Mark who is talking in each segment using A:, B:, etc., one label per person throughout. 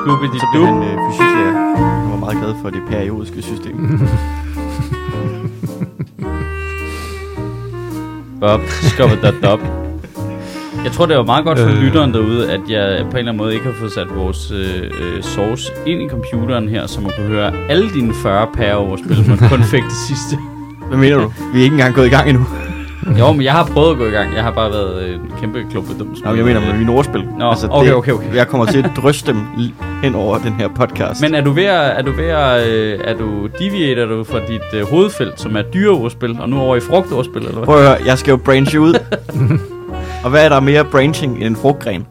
A: Scooby
B: Så blev han øh, fysiklærer. Han var meget glad for det periodiske system.
A: Bob, skubbedadob. Jeg tror, det var meget godt for
B: Øh.
A: lytteren derude, at jeg på en eller anden måde ikke har fået sat vores øh, øh, source ind i computeren her, så man kunne høre alle dine 40 pærer over spil, man kun fik det sidste.
B: Hvad mener du? Vi er ikke engang gået i gang endnu.
A: Jo, men jeg har prøvet at gå i gang. Jeg har bare været øh, en kæmpe klub med dumme
B: Nå, men jeg mener med mine ordspil. Altså,
A: Nå, okay, okay, okay.
B: Jeg kommer til at drøste dem l- hen over den her podcast.
A: Men er du ved at, er du ved at, øh, er du deviater du fra dit øh, hovedfelt, som er dyreordspil, og nu over i frugtordspil, eller hvad?
B: Prøv at høre, jeg skal jo branche ud. Og hvad er der mere branching end en frugtgren?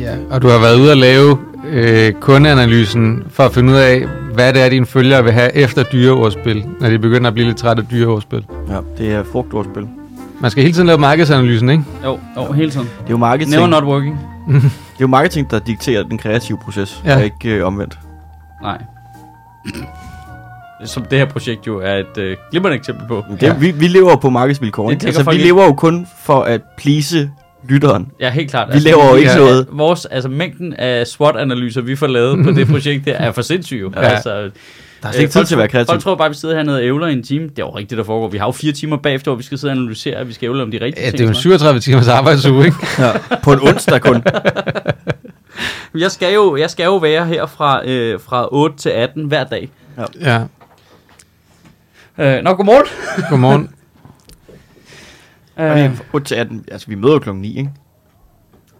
C: Ja, og du har været ude at lave øh, kundeanalysen for at finde ud af, hvad det er, dine følgere vil have efter dyreordspil, når de begynder at blive lidt trætte af dyreordspil.
B: Ja, det er frugtordspil.
C: Man skal hele tiden lave markedsanalysen, ikke?
A: Jo, jo, hele tiden.
B: Det er jo marketing.
A: Never not working.
B: Det er jo marketing, der dikterer den kreative proces,
C: Ja.
B: ja. og ikke øh, omvendt.
A: Nej. Som det her projekt jo er et øh, glimrende eksempel på.
B: Det, ja. vi, vi lever jo på markedsvilkår.
A: Det
B: ikke?
A: tænker
B: Altså, vi
A: folk ikke.
B: lever jo kun for at please lytteren.
A: Ja, helt klart.
B: Vi laver jo ikke
A: er-
B: noget.
A: Vores, altså mængden af SWOT-analyser, vi får lavet på det projekt der, er for sindssyg jo. Ja. Altså,
B: Der er slet ikke tid til at være kreativ.
A: Folk tror bare, vi sidder hernede og ævler i en time. Det er jo rigtigt, der foregår. Vi har jo fire timer bagefter, hvor vi skal sidde og analysere, og vi skal ævle om de rigtige
C: Ja, det
A: ting.
C: er jo en
A: og sådan
C: 37 timers arbejdsuge, ikke?
B: På en onsdag kun.
A: noget. jeg skal jo, jeg skal jo være her fra, øh, fra 8 til 18 hver dag.
C: Ja,
A: Øh, nå, godmorgen.
C: godmorgen.
B: Og det
A: Øh,
B: er 8 til 18. Altså, vi møder jo klokken 9, ikke?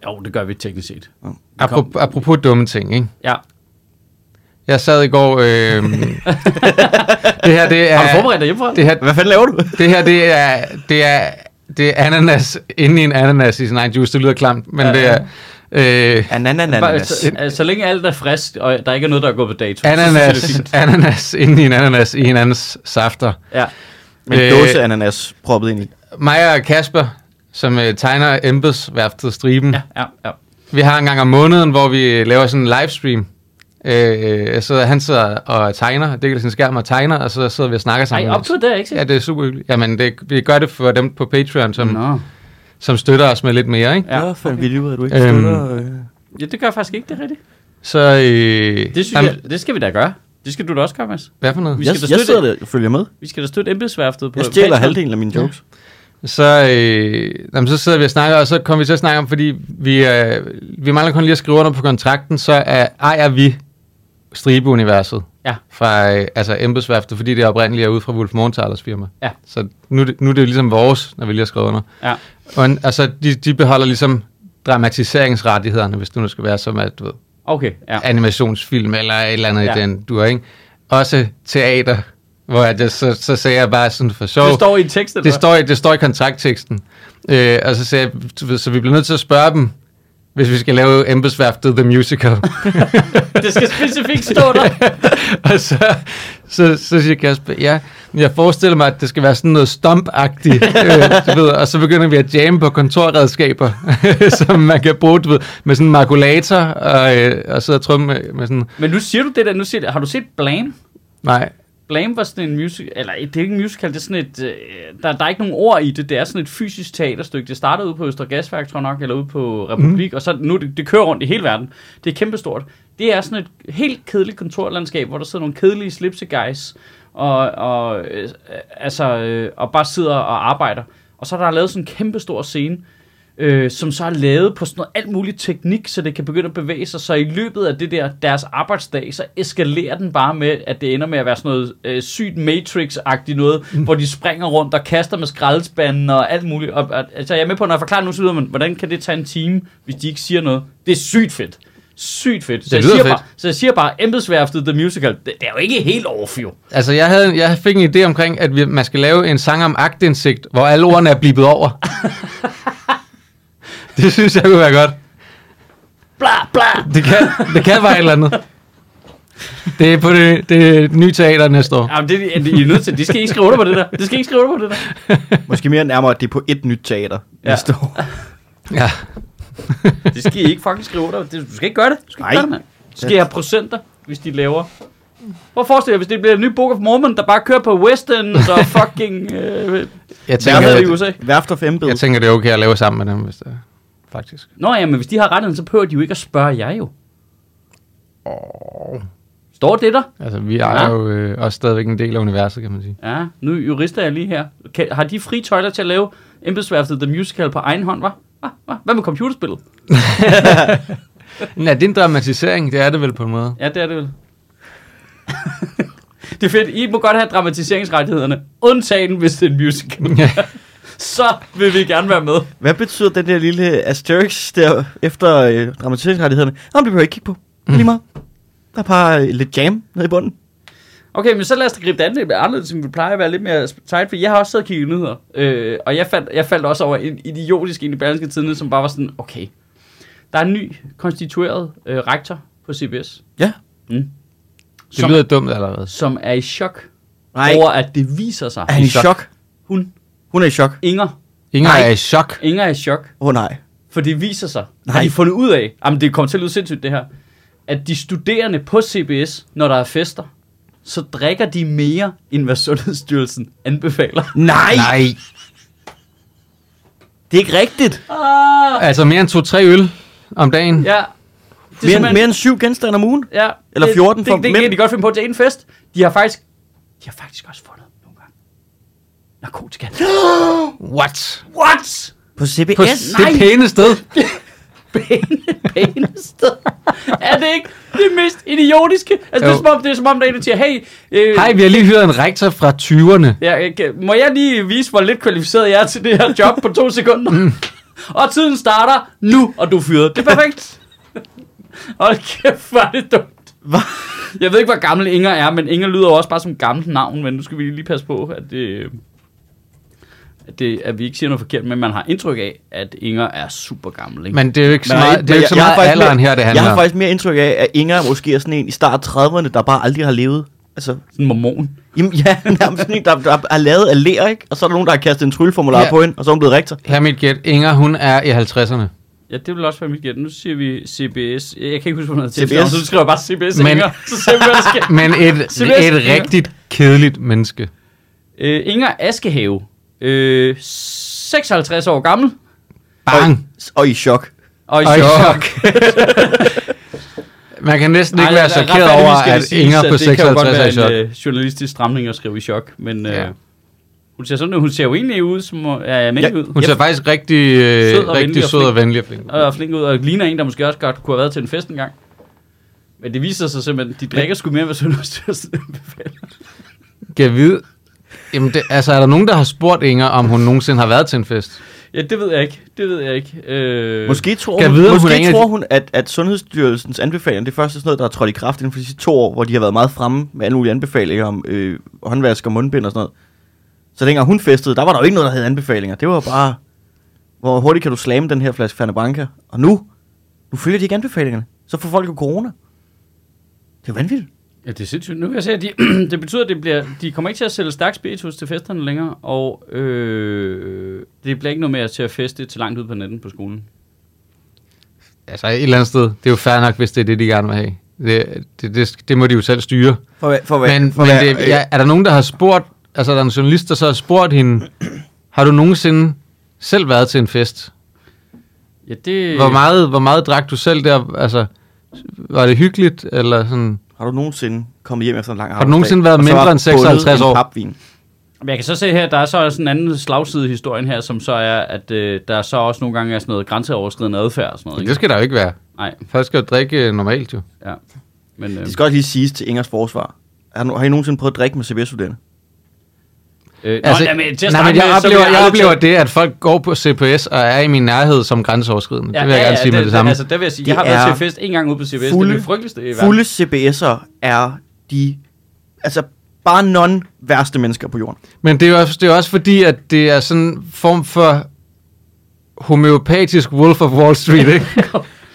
A: jo, det gør vi teknisk set.
C: Apropos, apropos dumme ting, ikke?
A: Ja.
C: Jeg sad i går... Øh, det her, det er...
A: Har du forberedt dig hjemmefra?
C: Det her,
B: Hvad fanden laver du?
C: det her, det er... Det er det er ananas inde i en ananas i sin egen juice. Det lyder klamt, men
A: Ja,
C: det er... Øh,
A: Bare,
B: Anananas.
A: så, altså, så længe alt er frisk, og der ikke er noget, der er gået på dato. så synes jeg,
C: ananas,
A: det er fint.
C: ananas inde i en ananas i hinandens safter.
A: Ja.
B: Med en
C: Øh,
B: dåse ananas proppet ind i.
C: Mig og Kasper, som øh, tegner embedsværftet Striben,
A: ja, ja, ja.
C: Vi har en gang om måneden, hvor vi øh, laver sådan en livestream. Øh, så han sidder og tegner, dækker sin skærm og tegner, og så sidder vi og snakker sammen.
A: Ej,
C: imens.
A: optog det er ikke
C: Ja,
A: sikkert.
C: det er super hyggeligt. Jamen, det, vi gør det for dem på Patreon, som,
A: Nå.
C: som støtter os med lidt mere, ikke?
A: Ja,
B: Hvad fanden vi ud, at du ikke
C: Øhm,
B: støtter... Øh...
A: ja, det gør jeg faktisk ikke, det er rigtigt.
C: Så, øh,
A: Det, synes jeg, det skal vi da gøre. Det skal du da også gøre, Mads.
C: hvad for
A: Vi
C: noget?
B: Jeg,
A: skal da
B: jeg
A: støtte-
B: sidder der og følger med.
A: Vi skal da støtte embedsværftet på
B: Jeg stjæler
A: Patreon.
B: halvdelen af mine jokes.
C: Så, øh, jamen, så sidder vi og snakker, og så kommer vi til at snakke om, fordi vi, øh, vi mangler kun lige at skrive under på kontrakten, så er, ejer vi Stribe-universet.
A: Ja.
C: Fra, øh, altså embedsværftet, fordi det oprindeligt er ude fra Wolf Morgenthalers firma.
A: Ja.
C: Så nu, er det- nu er det jo ligesom vores, når vi lige har skrevet under.
A: Ja.
C: Og, en- altså, de, de beholder ligesom dramatiseringsrettighederne, hvis det nu skal være som at, du ved,
A: Okay, ja.
C: ja. animationsfilm eller et eller andet
A: Ja.
C: ja. i den dur, ikke? Også teater, hvor jeg, så, så sagde jeg bare sådan for sjov.
A: Det står i teksten,
C: Det står, i- det står i kontraktteksten. Øh, og så sagde jeg, du ved, så vi bliver nødt til at spørge dem, hvis vi skal lave embedsværftet The Musical.
A: det skal specifikt stå der.
C: og så, så, så siger Kasper, ja, men jeg forestiller mig, at det skal være sådan noget stomp øh, du ved, og så begynder vi at jamme på kontorredskaber, som man kan bruge, du ved, med sådan en makulator, og, øh, og sidde og trumme med, med sådan,
A: Men nu siger du det der, nu siger har du set Blame?
C: nej,
A: Blame var sådan en musical, eller det er ikke en musical, det er sådan et, øh, der, der er ikke nogen ord i det, det er sådan et fysisk teaterstykke. Det startede ude på Østre Gasværk, tror jeg nok, eller ude på Republik, mm. og så nu, er det, det kører rundt i hele verden. Det er kæmpestort. Det er sådan et helt kedeligt kontorlandskab, hvor der sidder nogle kedelige slipseguys, og, og, øh, altså, øh, og bare sidder og arbejder. Og så er der lavet sådan en kæmpestor scene, øh, som så er lavet på sådan noget alt muligt teknik, så det kan begynde at bevæge sig. Så i løbet af det der, deres arbejdsdag, så eskalerer den bare med, at det ender med at være sådan noget øh, sygt Matrix-agtigt noget, mm. hvor de springer rundt og kaster med skraldespanden og alt muligt. Og, og, altså jeg er med på, når jeg forklarer nu, så videre, men hvordan kan det tage en time, hvis de ikke siger noget? Det er sygt fedt. Sygt fedt. Så, jeg
C: lyder
A: siger,
C: fedt.
A: Bare, så jeg siger bare, embedsværftet The Musical, det, det er jo ikke helt off, jo.
C: Altså, jeg, havde, jeg fik en idé omkring, at vi, man skal lave en sang om agtindsigt, hvor alle ordene er blippet over. det synes jeg kunne være godt.
A: Bla, bla.
C: Det kan, det kan bare et eller andet. Det er på det, det nye teater næste år.
A: Jamen, det, er de- I er nødt til. De skal ikke skrive under på det der. De skal ikke skrive under på det der.
B: Måske mere nærmere, at det er på et nyt teater
A: Ja.
B: næste år.
C: Ja.
A: Det skal I ikke fucking skrive under. Det, du skal ikke gøre det. Du skal
B: Nej.
A: ikke gøre det, mand. Du skal I have procenter, hvis de laver Hvor forestiller jeg, hvis det bliver en ny Book of Mormon, der bare kører på Western og fucking... Øh,
C: Jeg tænker,
A: Værftet i
C: at,
A: USA.
B: Værft of Embed.
C: jeg tænker, det er okay at lave sammen med dem, hvis det er. Faktisk.
A: Nå ja, men hvis de har rettigheden, så behøver de jo ikke at spørge jer jo.
C: Oh.
A: Står det der?
C: Altså, vi er
A: Ja.
C: jo øh, også stadigvæk en del af universet, kan man sige.
A: Ja, nu jurister er jeg lige her. Kan, har de fri tøjler til at lave embedsværftet The Musical på egen hånd, hva? Hva? Hva? Hvad med computerspillet?
C: Nej, det er en dramatisering, det er det vel på en måde.
A: Ja, det er det vel. det er fedt. I må godt have dramatiseringsrettighederne. Undtagen, hvis det er en musical. Så vil vi gerne være med.
B: Hvad betyder den der lille asterix der efter øh, dramatiseringsrettighederne? Jamen, det behøver jeg ikke kigge på. Lige meget. Der er bare øh, lidt jam nede i bunden.
A: Okay, men så lad os da gribe det andet lidt anderledes, som vi plejer at være lidt mere tight, for jeg har også siddet og kigget i nyheder, øh, og jeg faldt, jeg faldt også over en idiotisk en i Berlingske Tidene, som bare var sådan, okay, der er en ny konstitueret øh, rektor på CBS,
B: Ja.
C: Det
A: Som-
C: lyder dumt allerede.
A: som er i chok
B: Nej.
A: over, at det viser sig.
B: Er han i chok?
A: Hun,
B: Hun er i chok.
A: Inger,
C: Inger
B: Nej.
C: er i chok.
A: Inger er i chok,
B: Åh oh, nej.
A: for det viser sig, Nej.
B: Nej.
A: har de fundet ud af, jamen det kommer til at lyde sindssygt det her, at de studerende på CBS, når der er fester, så drikker de mere, end hvad Sundhedsstyrelsen anbefaler.
B: Nej, nej.
C: Nej.
B: det er ikke rigtigt.
A: Ah,
C: Altså mere end to-tre øl om dagen.
A: ja. Det er
B: Mere,
A: simpelthen-
B: end- mere end syv genstande om ugen.
A: Ja,
B: Eller 14
A: det,
B: for
A: det, det,
B: mænd.
A: kan de godt finde på til en fest. De har faktisk, de har faktisk også fundet nogle gange narkotika.
C: What?
A: What?
B: På CBS?
C: På det
A: nej.
C: pæne sted.
A: Pæne, pæne sted. er det ikke det mest idiotiske? Altså, det er
C: Jo.
A: som om, det er som om, der er en, der siger, hey, øh,
C: Hej, vi har lige hyret en rektor fra 20'erne.
A: Ja, okay. må jeg lige vise, hvor lidt kvalificeret jeg er til det her job på to sekunder? og tiden starter nu, og du er fyret. Det er perfekt. Hold kæft, hvor er det dumt.
B: Hva?
A: Jeg ved ikke, hvor gammel Inger er, men Inger lyder jo også bare som gammelt navn, men nu skal vi lige passe på, at det... At, det, at vi ikke siger noget forkert, men man har indtryk af, at Inger er super gammel. Ikke?
C: Men det er jo ikke så
B: Nej,
C: meget, det er
B: men
C: jo ikke så
B: jeg- jeg har
C: meget
B: faktisk
C: alderen
B: mere-
C: her, det
B: Jeg
C: handler
B: har
C: om.
B: faktisk mere indtryk af, at Inger måske er sådan en i start 30'erne, der bare aldrig har levet. Altså,
A: Sådan en mormon.
B: jamen, ja, nærmest sådan en, der, der har lavet alléer, ikke? Og så er der nogen, der har kastet en trylleformular
C: Ja.
B: ja. på hende, og så er hun blevet rektor.
C: Her er mit gæt. Inger, hun er i 50'erne.
A: Ja, det vil også være mit gæt. Nu siger vi CBS. Jeg kan ikke huske, hvad det er.
B: CBS.
A: Så skriver jeg bare CBS
C: Men-
A: Inger. Så ser vi, hvad der sker.
C: Men et,
A: Seriøst?
C: et rigtigt kedeligt menneske.
A: Øh, Inger Askehave, øh, 56 år gammel,
C: Bang!
B: Og i chok.
A: og i
C: Og i
A: chok.
C: chok. Man kan næsten ikke
A: Ej,
C: være
A: ret- ret
C: chokeret
A: retfærdigvis
C: over,
A: skal det
C: at
A: siges,
C: Inger på
A: det kan jo godt
C: 56 er i
A: være
C: chok.
A: en, øh, journalistisk stramning at skrive i chok, men øh,
C: Ja.
A: hun ser sådan hun ser jo egentlig ud, som er ja, mega
B: Ja,
A: ud.
C: Hun ser faktisk rigtig, øh,
A: Sød og venlig
C: rigtig
A: og
C: sød og
A: flink.
C: venlig og flink.
A: Og er flink ud, og ligner en, der måske også godt kunne have været til en fest engang. Men det viser sig simpelthen, at de drikker sgu mere, hvad Sundhedsstyrelsen anbefaler.
C: Kan vide... Jamen, det, altså, er der nogen, der har spurgt Inger, om hun nogensinde har været til en fest?
A: Ja, det ved jeg ikke. Det ved jeg ikke. Øh,
B: Måske tror
C: Kan
B: hun,
C: vide, om hun er en
B: måske
C: af
B: tror
C: de-
B: hun at, at Sundhedsstyrelsens anbefalinger, det er først sådan noget, der er trådt i kraft inden for de sidste to år, hvor de har været meget fremme med alle mulige anbefalinger om øh, håndvask og mundbind og sådan noget. Så dengang hun festede, der var der jo ikke noget, der havde anbefalinger. Det var bare, hvor hurtigt kan du slamme den her flaske Fanabanca? Og nu, nu følger de ikke anbefalingerne. Så får folk jo corona. Det er vanvittigt.
A: Ja, det er sindssygt. Nu kan jeg se, at de, det betyder, at det bliver, de kommer ikke til at sælge stærk spiritus til festerne længere, og øh, det bliver ikke noget mere til at feste til langt ud på natten på skolen.
C: Altså, et eller andet sted. Det er jo fair nok, hvis det er det, de gerne vil have. Det, det, det, det må de jo selv styre.
B: For, hvad- for, hvad-
C: Men,
B: for,
C: men
B: hvad- øh,
C: det, ja, er der nogen, der har spurgt, altså er der en journalist, der så har spurgt hende, har du nogensinde selv været til en fest?
A: Ja, det...
C: Hvor meget, hvor meget drak du selv der? Altså, var det hyggeligt? Eller sådan?
B: Har du nogensinde kommet hjem efter en lang
C: du nogensinde været
B: og så
C: mindre
B: var
C: end 56
B: bundet i en
C: år?
B: Papvin?
A: Men Jeg kan så se her, der er så også en anden slagside i historien her, som så er, at øh, der så også nogle gange er sådan noget grænseoverskridende adfærd og sådan noget.
C: Men
A: Ikke?
C: Det skal der jo ikke være.
A: Nej,
C: Først skal du drikke øh, normalt jo.
A: ja. Men, øh,
B: Det skal også lige siges til Ingers forsvar. Har, no- har I nogensinde prøvet at drikke med CBS-studerende?
A: øh, altså, nå, nej, men til at
C: nej,
A: starte
C: men jeg,
A: med, så vil
C: oplever, jeg,
A: aldrig
C: oplever
A: tage-
C: det, at folk går på CPS og er i min nærhed som grænseoverskridende. Ja, det vil jeg gerne sige med det, samme.
A: Altså, det vil jeg sige, jeg har
B: Det
A: været
B: er
A: til fest en gang ude på CBS, det er
B: fulde-
A: det frygteligste i verden.
B: Fulde CBS'er er de, altså bare non værste mennesker på jorden.
C: Men det er, jo også, det er jo også fordi, at det er sådan en form for homeopatisk Wolf of Wall Street, ikke?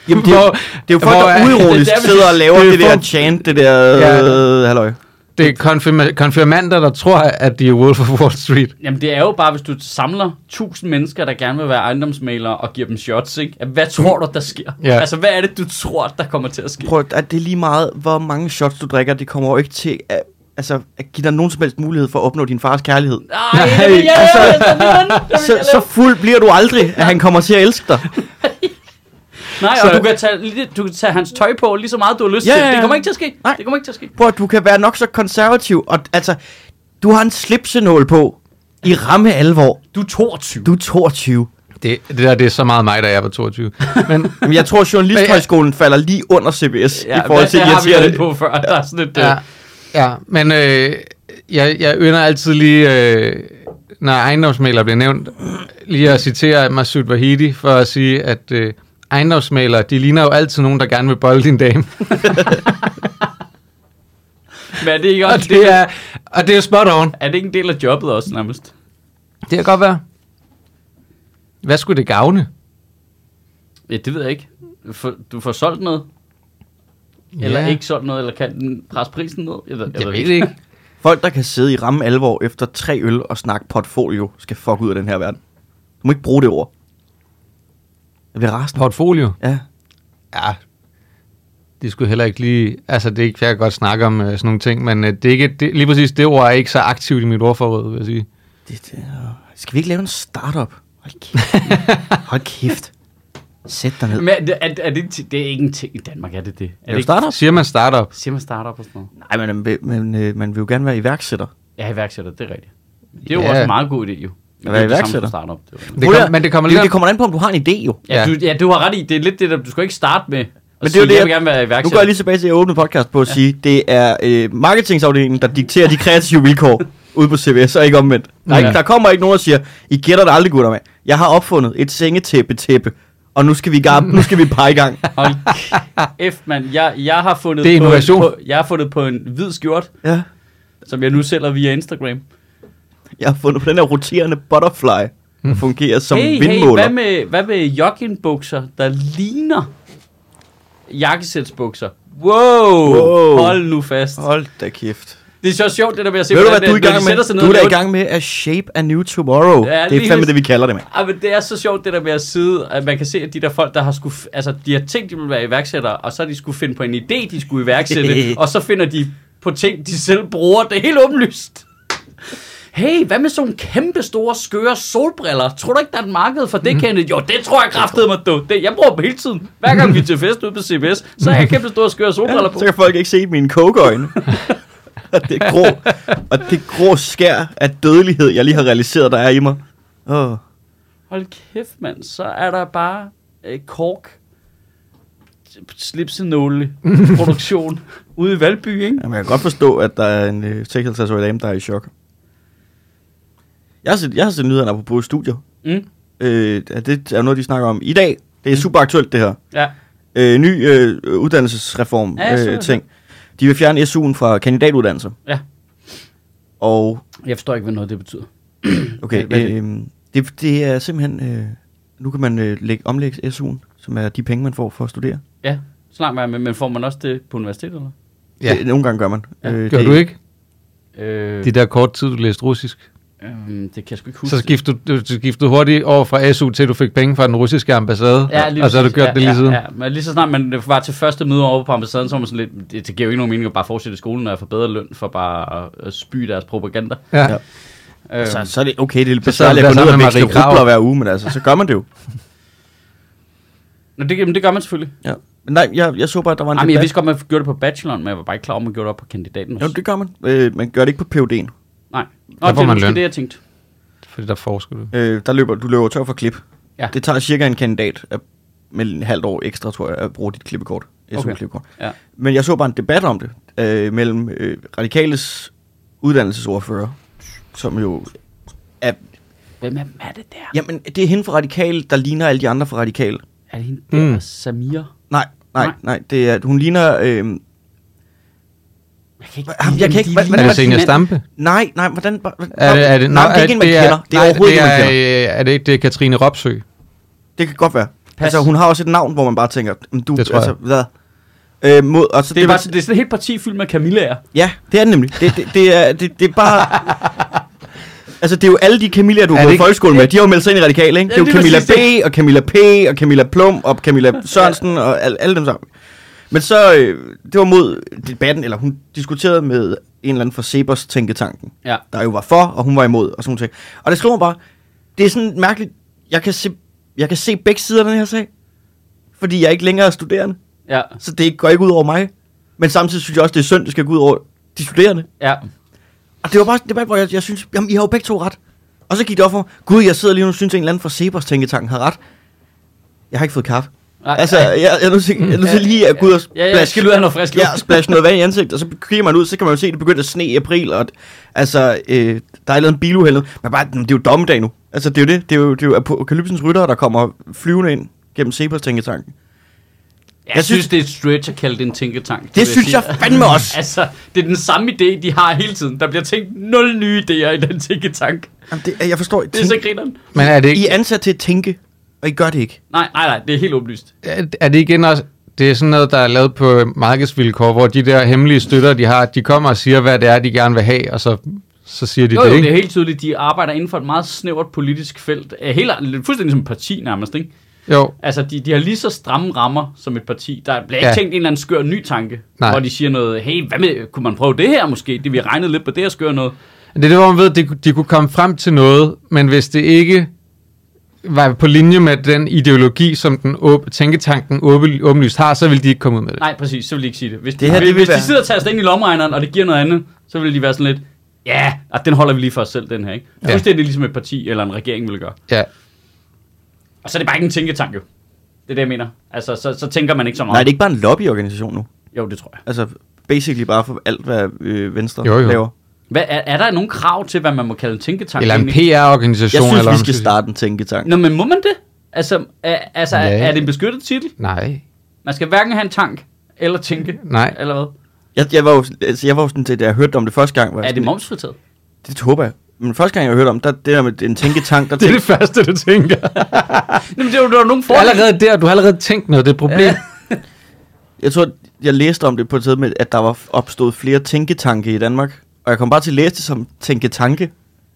B: Jamen, det, er, jo-
C: Hvor-
B: det er jo folk,
C: hvor
B: der
C: er-
B: uironisk
A: Det er vel-
B: sidder og laver
C: det er
B: det, det der
C: for-
B: chant, det der
C: Ja.
B: øh, halløj.
C: det er konfirma- konfirmander, der tror, at de er Wolf of Wall Street.
A: Jamen det er jo bare, hvis du samler 1000 mennesker, der gerne vil være ejendomsmalere og giver dem shots, ikke? At Hvad tror du, der sker?
C: Ja.
A: Altså, hvad er det, du tror, der kommer til at ske?
B: Prøv at det er lige meget, hvor mange shots du drikker. Det kommer jo ikke til at, altså, at give dig nogen som helst mulighed for at opnå din fars kærlighed.
A: Nej, det vil jeg, altså, det vil jeg, det vil
B: Så,
A: jeg
B: så fuld bliver du aldrig, at han kommer til at elske dig.
A: Nej, og
C: Så-
A: du kan, tage, lidt- du kan tage hans tøj på lige så meget, du har lyst
B: Ja,
A: til.
B: ja, ja.
A: Det kommer ikke til at ske.
B: Nej.
A: Det kommer ikke til at ske.
B: Prøv at du kan være nok så konservativ. Og altså, du har en slipsenål på. I ramme alvor.
A: Du er 22.
B: Du er 22.
C: Det, det der, det er så meget mig, da jeg var 22. Men
B: Jamen, jeg tror, Journalisthøjskolen falder lige under CBS ja, i forhold
A: hvad-
B: til,
A: det
B: at jeg
A: har vi
B: siger
A: været inde
B: det.
A: på før. Der er sådan et,
C: Ja,
A: øh,
C: ja men øh, jeg, jeg ynder altid lige, øh, når ejendomsmaler bliver nævnt, lige at citere Masoud Vahidi for at sige, at øh, ejendomsmalere, de ligner jo altid nogen, der gerne vil bolde din dame.
A: men er det ikke
C: og,
A: også det?
C: det er, og det er spot on.
A: Er det ikke en del af jobbet også nærmest?
C: Det kan godt være. Hvad skulle det gavne?
A: Ja, det ved jeg ikke. For, du får solgt noget, eller ikke solgt noget, eller kan den presse prisen ned? Jeg, ved- jeg,
C: Jeg
A: ved
C: ved det ikke.
B: Folk, der kan sidde i ramme alvor efter tre øl og snakke portfolio, skal fuck ud af den her verden. Du må ikke bruge det ord. Jeg bliver rasende.
C: Portfolio?
B: Ja.
C: Ja. Det skulle heller ikke lige... Altså, det er ikke, jeg kan godt snakke om øh, sådan nogle ting, men øh, det er ikke, det, lige præcis det ord er ikke så aktivt i mit ordforråd, vil jeg sige.
B: Det, det, er- skal vi ikke lave en startup? Hold kæft. Hold kæft. Sæt dig ned.
A: Men er, det- er, er det, en ti- det er ikke en ting i Danmark, er det det? Er
B: Er
A: det
B: du
A: ikke,
B: startup?
C: Siger man startup?
A: siger man startup og sådan noget?
B: Nej, men, man vil- men øh, man vil jo gerne være iværksætter.
A: Ja, iværksætter, det er rigtigt. Det er jo
C: Ja.
A: også en meget god idé, jo. Men
B: At være
A: det er jo det samme
B: iværksætter.
A: som Startup, det er jo-
C: Det
B: Prøv
C: kom-
B: at-
C: men det kommer lidt
B: det,
C: an-
B: det kommer an på, om du har en idé jo.
A: ja,
C: Ja.
A: du, ja, du har ret i, det er lidt det, der, du skal ikke starte med at
B: det er
A: sige,
B: jo det,
A: jeg vil
B: jeg-
A: gerne være
B: Nu
A: iværksætter.
B: går jeg lige tilbage til at åbne podcast på at ja. sige, det er øh, marketingsafdelingen, der dikterer de kreative vilkår ude på CBS, og ikke omvendt. Der, er ikke,
C: Ja.
B: der kommer ikke nogen, der siger, I gætter det aldrig, gutter, mand. Jeg har opfundet et sengetæppe-tæppe, og nu skal vi, gar- nu skal vi bare i gang.
A: Hold kæft, mand. Jeg, jeg har fundet
C: Det er innovation.
A: På, på, jeg har fundet på en hvid skjort,
B: Ja,
A: som jeg nu sælger via Instagram.
B: jeg har fundet på den her roterende butterfly, der fungerer som
A: Hmm. hey, hey,
B: vindmåler.
A: hvad med, hvad med joggingbukser, der ligner jakkesætsbukser? Wow,
B: Wow.
A: hold nu fast.
B: Hold da kæft.
A: Det er så sjovt, det der med at se,
B: Ved du,
A: hvordan
B: hvad du er i
A: det, når de
B: gang
A: sætter sig
B: med?
A: ned
B: Du er
A: og
B: da i
A: laver-
B: gang med at shape a new tomorrow.
A: Ja,
B: det er
A: lige
B: fandme
A: præcis.
B: det, vi kalder det, mand.
A: Ej, Ah, men det er så sjovt, det der med at sidde, at man kan se, at de der folk, der har skulle, f- altså, de har tænkt, de ville være iværksættere, og så har de skulle finde på en idé, de skulle iværksætte, og så finder de på ting, de selv bruger. Det er helt åbenlyst. Hey, hvad med sådan nogle kæmpe store, skøre solbriller? Tror du ikke, der er et marked for det, Kenneth? Jo, det tror jeg kraftede mig, du. Det, jeg bruger dem hele tiden. Hver gang vi er til fest ude på CBS, så har jeg kæmpe store, skøre solbriller på.
B: Så kan folk ikke se mine kogeøjne. og det er grå, og det grå skær af dødelighed, jeg lige har realiseret, der er i mig. Åh,
A: Hold kæft, mand. Så er der bare øh, kork slipsenåle produktion ude i Valby, ikke?
B: Jamen, jeg kan godt forstå, at der er en øh, 56-årig dame, der er i chok. Jeg har set, jeg har set nyhederne apropos studier.
A: Mm.
B: Øh, at det er jo noget, de snakker om i dag. Det er super aktuelt, det her.
A: Ja.
B: Øh, ny øh, uddannelsesreform
A: Ja, jeg så
B: øh,
A: det.
B: ting. De vil fjerne SU'en fra kandidatuddannelser.
A: Ja.
B: Og
A: Jeg forstår ikke, hvad noget det betyder.
B: Okay,
A: Hvad er
B: øh, det, det er simpelthen... Øh, nu kan man øh, lægge, omlægge SU'en, som er de penge, man får for at studere.
A: Ja, snart var jeg med, men får man også det på universitetet, eller?
C: Ja.
B: Det, nogle gange gør man.
A: Ja.
B: Øh,
C: Gjorde
B: det,
C: du ikke?
A: Øh,
C: De der kort tid, du læste russisk.
A: øh, det kan jeg sgu ikke huske.
C: Så skiftede du, du skiftede hurtigt over fra SU til, du fik penge fra den russiske ambassade,
A: Ja, lige
C: og så har du
A: præcis.
C: gjort
A: ja,
C: det lige
A: ja,
C: siden.
A: Ja, men lige så snart man var til første møde over på ambassaden, så var man sådan lidt, det, det giver jo ikke nogen mening at bare fortsætte i skolen, og jeg får bedre løn for bare at- at spy deres propaganda.
C: Ja.
B: Ja.
C: Ja.
A: Øh,
B: Så, så er det okay, det er lidt
C: Så sidder
B: besværligt
C: man
B: at gå
C: der
B: ned og
C: sammen med
B: vækste
C: Marie Krarup.
B: rubler hver uge, men altså, så gør man det jo.
A: Nå, det, jamen, det gør man selvfølgelig.
B: Ja. Men nej, jeg, jeg så bare, at der var en
A: Jamen, jeg
B: debat.
A: vidste godt, man gjorde det på bacheloren, men jeg var bare ikke klar over, at man gjorde det op på kandidaten.
B: Jo, det gør man. Øh, man gør det ikke på PUD'en.
A: Nej. Nå,
C: Der får
A: det er
C: man
A: måske
C: løn.
A: det, jeg tænkte.
C: Fordi der forsker du.
B: Øh, der løber, du løber tør for klip.
A: Ja.
B: Det tager cirka en kandidat at, med en halvt år ekstra, tror jeg, at bruge dit klippekort.
A: Okay.
B: SU-klippekort.
A: Ja.
B: Men jeg så bare en debat om det øh, mellem øh, Radikales uddannelsesordfører, som jo er
A: Hvem er, hvem er det der?
B: Jamen, det er hende fra Radikal, der ligner alle de andre fra Radikal.
A: Er det hende der,
C: Mm.
A: Samir?
B: Nej, nej, nej.
A: Nej.
B: det er, hun ligner... Øh,
A: Jeg kan ikke...
B: Jamen, jeg kan ikke- hvad- hvad-
C: Er
B: var
C: det
B: det
C: Zenia
B: hinanden?
C: Stampe?
B: nej, nej, hvordan... Er
C: Er det, er det,
B: nej,
C: nå,
B: det er ikke en, man
C: er-
B: kender. Det er
C: nej,
B: overhovedet ikke,
C: det
B: man
C: er,
B: kender.
C: øh, Er det ikke, det er Katrine Ropsø?
B: Det kan godt være.
A: Pas.
B: Altså, hun har også et navn, hvor man bare tænker... "Men Du,
C: Det tror jeg.
B: altså, hvad? Øh, mod, og så
A: Det er, bare, det er sådan et helt parti fyldt med Camillaer.
B: Ja, det er det nemlig. Det, det, det, er, det, det er bare... Altså, det er jo alle de Camilla, du har gået i
C: ikke-
B: folkeskole med. De har jo meldt sig ind i radikale, ikke?
A: Ja,
B: Det er jo
A: lige
B: Camilla
A: præcis,
B: B, og Camilla P, og Camilla Plum, og Camilla Sørensen, og al, alle dem sammen. Men så, øh, det var mod debatten, eller hun diskuterede med en eller anden fra Sebers Tænketanken,
A: Ja.
B: der jo var for, og hun var imod, og sådan noget. Og det skriver hun bare, det er sådan mærkeligt, jeg kan se, jeg kan se begge sider af den her sag, fordi jeg ikke længere er studerende,
A: Ja,
B: så det går ikke ud over mig. Men samtidig synes jeg også, det er synd, det skal gå ud over de studerende.
A: ja.
B: Og det var bare en debat, hvor jeg, jeg synes, jamen, I har jo begge to ret. Og så gik det op for mig, gud, jeg sidder lige nu og synes, en eller anden fra Sebers tænketanken har ret. Jeg har ikke fået kaffe.
A: Nej,
B: altså,
A: nej.
B: jeg, jeg, er nødt til, jeg er nødt til lige at gå ud og
A: Ja, ja, jeg skal ud af noget frisk luft.
B: ja, splash noget vand i ansigtet, og så kigger man ud, så kan man jo se, at det begyndte at sne i april, og at- altså, øh, der er lavet en biluheld, nu. men bare, det er jo dommedag nu. Altså, det er jo det, det er jo, det er jo apokalypsens ryttere, der kommer flyvende ind gennem Sebers tænketanken.
A: Jeg,
B: Jeg
A: jeg synes,
B: synes-
A: det er et stretch at kalde det en tænketank. vil
B: Det synes
A: sige.
B: jeg fandme også.
A: altså, det er den samme idé, de har hele tiden. Der bliver tænkt nul nye idéer i den tænketank.
B: Jamen, det, jeg forstår,
A: Det er så
B: tænk,
A: grineren.
C: Men er det
B: I
C: ikke,
B: er ansat til at tænke, og I gør det ikke.
A: Nej, nej, nej, det er helt åbenlyst.
C: er, er det igen også, det er sådan noget, der er lavet på markedsvilkår, hvor de der hemmelige støtter, de har, de kommer og siger, hvad det er, de gerne vil have, og så, så siger de
A: Jo,
C: det,
A: jo,
C: ikke?
A: det er helt tydeligt, de arbejder inden for et meget snævert politisk felt. Er Helt, fuldstændig som et parti nærmest, ikke?
C: Jo,
A: Altså, de, de har lige så stramme rammer som et parti. Der bliver ikke
C: Ja.
A: tænkt en eller anden skør ny tanke,
C: Nej.
A: hvor de siger noget, hey, hvad med, kunne man prøve det her måske? Det, vi regnede lidt på det her skøre noget.
C: det er det, hvor man ved, at de, de kunne komme frem til noget, men hvis det ikke var på linje med den ideologi, som den åb- tænketanken åben- åbenlyst har, så ville de ikke komme ud med det.
A: Nej, præcis, så vil de ikke sige det. Hvis,
B: Det her, det
A: hvis,
B: vil
A: hvis
B: være-
A: de sidder og taster ind i lommeregneren, og det giver noget andet, så vil de være sådan lidt, ja, yeah, den holder vi lige for os selv, den her, ikke?
C: Ja.
A: Fuldstændig ligesom et parti eller en regering ville gøre.
C: Ja.
A: Og så er det bare ikke en tænketank, jo. Det er det, jeg mener. Altså, så, så tænker man ikke så meget.
B: Nej, det er ikke bare en lobbyorganisation nu.
A: Jo, det tror jeg.
B: Altså, basically bare for alt, hvad øh, Venstre
C: Jo,
B: jo,
C: jo.
B: jo. laver.
A: Hvad, er, er der nogen krav til, hvad man må kalde en tænketank?
C: Eller en
A: egentlig?
C: PR-organisation.
B: Jeg synes,
C: eller
B: vi
C: om-
B: skal starte en tænketank.
A: Nå, men må man det? Altså, er, altså, er,
C: Ja.
A: er det en beskyttet titel?
C: Nej,
A: Man skal hverken have en tank eller tænke.
C: Nej.
A: Eller hvad?
B: Jeg, jeg, var jo, altså, jeg var jo sådan, da jeg hørte om det første gang. Var jeg
A: Er det
B: sådan,
A: momsfritaget?
B: Det håber jeg. Men første gang, jeg hørte om, der, det der med en tænketank, der
C: det er
B: tænkte,
C: det første, du tænker.
A: Jamen, det er jo der er nogen
C: Du er
A: fordele.
C: allerede der, du har allerede tænkt noget, det er et problem.
B: jeg tror, jeg læste om det på et tidspunkt, med, at der var opstået flere tænketanke i Danmark. Og jeg kom bare til at læse det som tænketanke.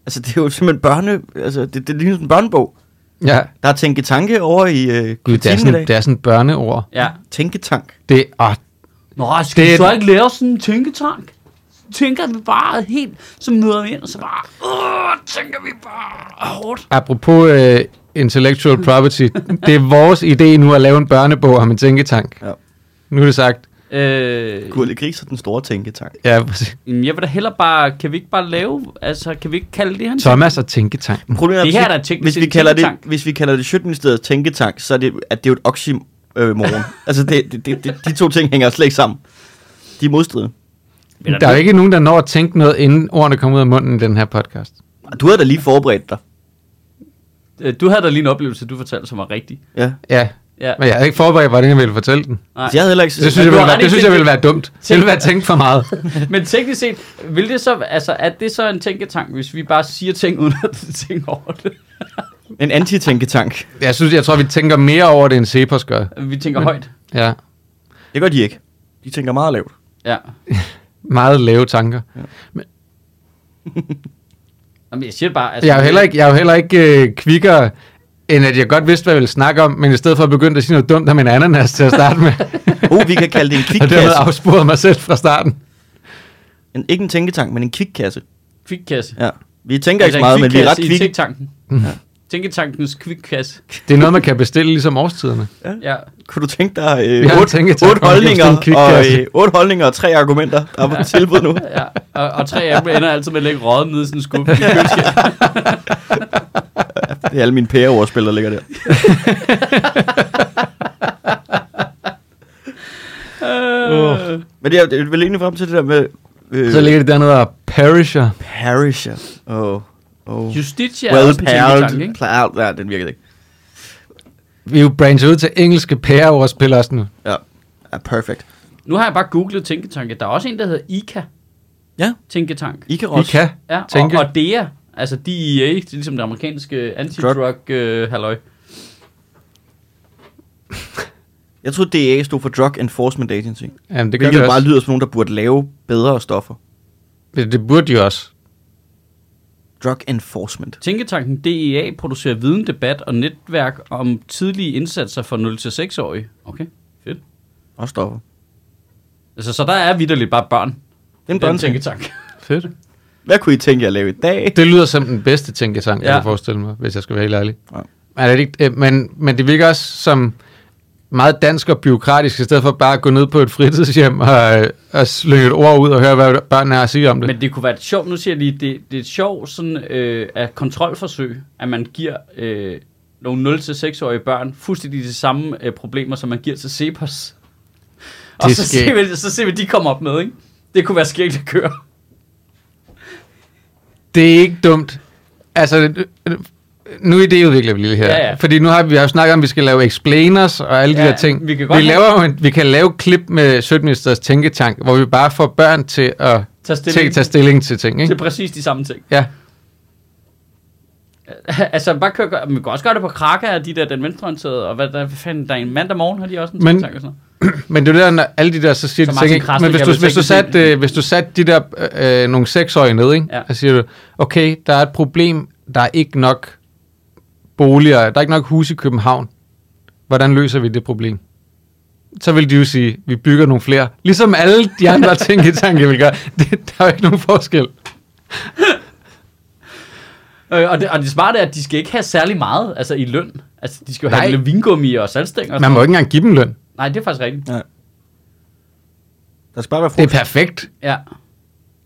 B: Altså, det er jo simpelthen børne... Altså, det, det ligner sådan en børnebog.
C: Ja.
B: Der er tænketanke over i øh,
C: Gud, det er,
B: kantinen i
C: sådan,
B: dag.
C: det er sådan et børneord.
A: Ja.
B: Tænketank.
C: Det, ah, åh,
A: Nå, skal det...
C: Det-
A: så ikke lave sådan en tænketank? Tænker vi bare helt, så møder vi ind, og så bare, åh, tænker vi bare hårdt.
C: apropos øh, intellectual property, det er vores idé nu at lave en børnebog om en tænketank.
B: Ja.
C: Nu er det sagt.
A: Øh,
B: Gurle Gris er den store tænketank.
C: Ja, præcis.
A: jamen, jeg vil da hellere bare, kan vi ikke bare lave, altså, kan vi ikke kalde det her? en
C: Thomas og tænketank.
B: Problemet
A: Det her
B: hvis-
A: er da teknisk
B: hvis vi
A: en
B: kalder det,
A: tænketank.
B: hvis vi kalder det Sjøtministeriet tænketank, så er det, at det er jo et oxymoron. altså, det, det, det, det, de to ting hænger slet ikke sammen. De er modstridende.
A: Eller
C: Der er jo
A: det-
C: ikke nogen, der når at tænke noget, inden ordene kommer ud af munden i den her podcast.
B: Du havde da lige forberedt dig.
A: Øh, Du havde da lige en oplevelse, du fortalte, som var rigtig.
B: Ja.
C: Ja.
A: Ja.
C: Men jeg havde ikke forberedt, hvordan jeg ville fortælle den.
A: Nej.
B: Jeg havde heller ikke...
C: Det synes jeg,
A: du har
C: ville være,
A: ret i,
C: det synes
A: det-
C: jeg ville være dumt. Det ville være tænkt for meget.
A: Men teknisk set, vil det så, altså, er det så en tænketank, hvis vi bare siger ting, uden at tænke over det?
B: En anti-tænketank.
C: Jeg, synes, jeg tror, vi tænker mere over det, end Cepos gør.
A: Vi tænker højt.
C: Ja.
B: Det gør de ikke. De tænker meget lavt.
A: Ja.
C: Meget lave tanker.
A: Jamen, jeg siger det bare. Altså,
C: Jeg er jo heller ikke, jeg er jo heller ikke øh, kvikkere, end at jeg godt vidste, hvad jeg ville snakke om, men i stedet for at begynde at sige noget dumt om en ananas til at starte med,
B: Uh, vi kan kalde det en
C: og dermed
B: kvikkasse.
C: afsporede mig selv fra starten.
B: En, ikke en tænketank, men en kvikkasse.
A: Kvikkasse.
B: Ja. Vi tænker
A: Altså
B: ikke så meget, men vi er ret
A: kvikke.
B: kvikke.
A: Tænketanken. Tænketankens kvikkasse.
C: Det er noget, man kan bestille ligesom årstiderne.
A: Ja.
B: Kunne du tænke dig
C: Vi har
B: øh,
C: en
B: otte,
C: tænketank,
B: otte,
C: og vi kan
B: holdninger
C: sådan en
B: og,
C: kvikkasse.
B: øh, otte holdninger og tre argumenter, der er på tilbud nu?
A: ja. Og, og tre af dem ender altid med at lægge røget ned i sådan en skuffe. i køleskabet.
B: Det er alle mine pæreordspil, der ligger der.
A: Øh.
B: Men det er, det er vel egentlig frem til det der med... Øh,
C: Så ligger det dernede og perisher.
B: Parisher. Oh. Oh.
A: Justitia er
B: Well
A: også en tænketank,
B: paired.
A: ikke?
B: Plowed. Ja, den virkede ikke.
C: Vi er jo branchet ud til engelske pæreordspil også nu.
B: Ja. ja perfect.
A: Nu har jeg bare googlet tænketanke. Der er også en, der hedder ICA.
B: Ja.
A: Tænketank.
B: I kan
C: I kan
A: Ja, og,
C: tænke.
A: og DEA, altså DEA, det er ligesom det amerikanske anti-drug øh, halløj.
B: Jeg troede, DEA stod for Drug Enforcement Agency. Det
C: Jamen, det gør
B: Hvilket
C: det
B: bare
C: også.
B: lyder som nogen, der burde lave bedre stoffer.
C: Det, det burde de også.
B: Drug Enforcement.
A: Tænketanken DEA producerer viden, debat og netværk om tidlige indsatser for 0-6-årige. Okay, fedt.
B: Og stoffer.
A: Altså, så der er vidderligt bare børn. i
B: Det er en
A: Den
B: børneting.
A: tænketank.
C: Fedt.
B: Hvad kunne I tænke jer at lave i dag?
C: Det lyder som den bedste tænketank, ja.
A: Ja.
C: jeg kan forestille mig, hvis jeg skal være helt ærlig.
B: Ja.
C: Er det ikke, øh, men, men det virker også som meget dansk og byråkratisk, i stedet for bare at gå ned på et fritidshjem og, øh, og slynge et ord ud og høre, hvad børnene har at sige om det. Men,
A: Men det kunne være et sjovt, nu siger jeg lige, det, det er et sjovt sådan, øh, at kontrolforsøg, at man giver øh, nogle 0-6-årige børn fuldstændig de samme øh, problemer, som man giver til Cepos. Og
C: Det
A: så
C: skal-
A: ser, vi, så ser vi, de kommer op med, ikke? Det kunne være skægt at køre.
C: det er ikke dumt. Altså, øh, øh, nu idéudvikler vi lige her.
A: Ja, ja.
C: Fordi nu har vi, vi har jo snakket om, at vi skal lave explainers og alle ja,
A: Ja,
C: de her ting.
A: vi kan godt
C: vi,
A: have-
C: laver, jo en- vi kan lave klip med Sødministers tænketank, hvor vi bare får børn til at
A: Tag
C: tage,
A: stilling
C: tage stilling til ting.
A: til
C: Ikke?
A: præcis de samme ting.
C: Ja.
A: altså, bare kør, gør, man kan også gøre det på Kraka, de der den venstreorienterede, og hvad, der, hvad fanden, der er en mandag morgen, har de også en
C: Men-
A: tænketank og sådan noget.
C: Men det er jo der, når alle de der, så siger
A: Så
C: så de
A: Martin
C: ting, ikke?
A: Krasnik
C: men hvis
A: er
C: du,
A: vel
C: hvis, du
A: teknisk
C: satte, øh, hvis du satte de der øh, øh, nogle seksårige ned, ikke?
A: Ja.
C: Ja. og siger du, okay, der er et problem, der er ikke nok boliger, der er ikke nok hus i København. Hvordan løser vi det problem? Så vil de jo sige, vi bygger nogle flere. Ligesom alle de andre ting i tanke vil gøre. Det, der er jo ikke nogen forskel.
A: Øh, og, det, og det smarte er, at de skal ikke have særlig meget altså i løn. Altså, de skal jo
C: Nej.
A: have lidt vingummi og salgstænger. og
C: Man
A: sådan
C: må ikke engang give dem løn.
A: noget. Nej, det er faktisk rigtigt.
B: Ja. Der skal bare være
C: Det
B: frugt.
C: er perfekt.
A: Ja,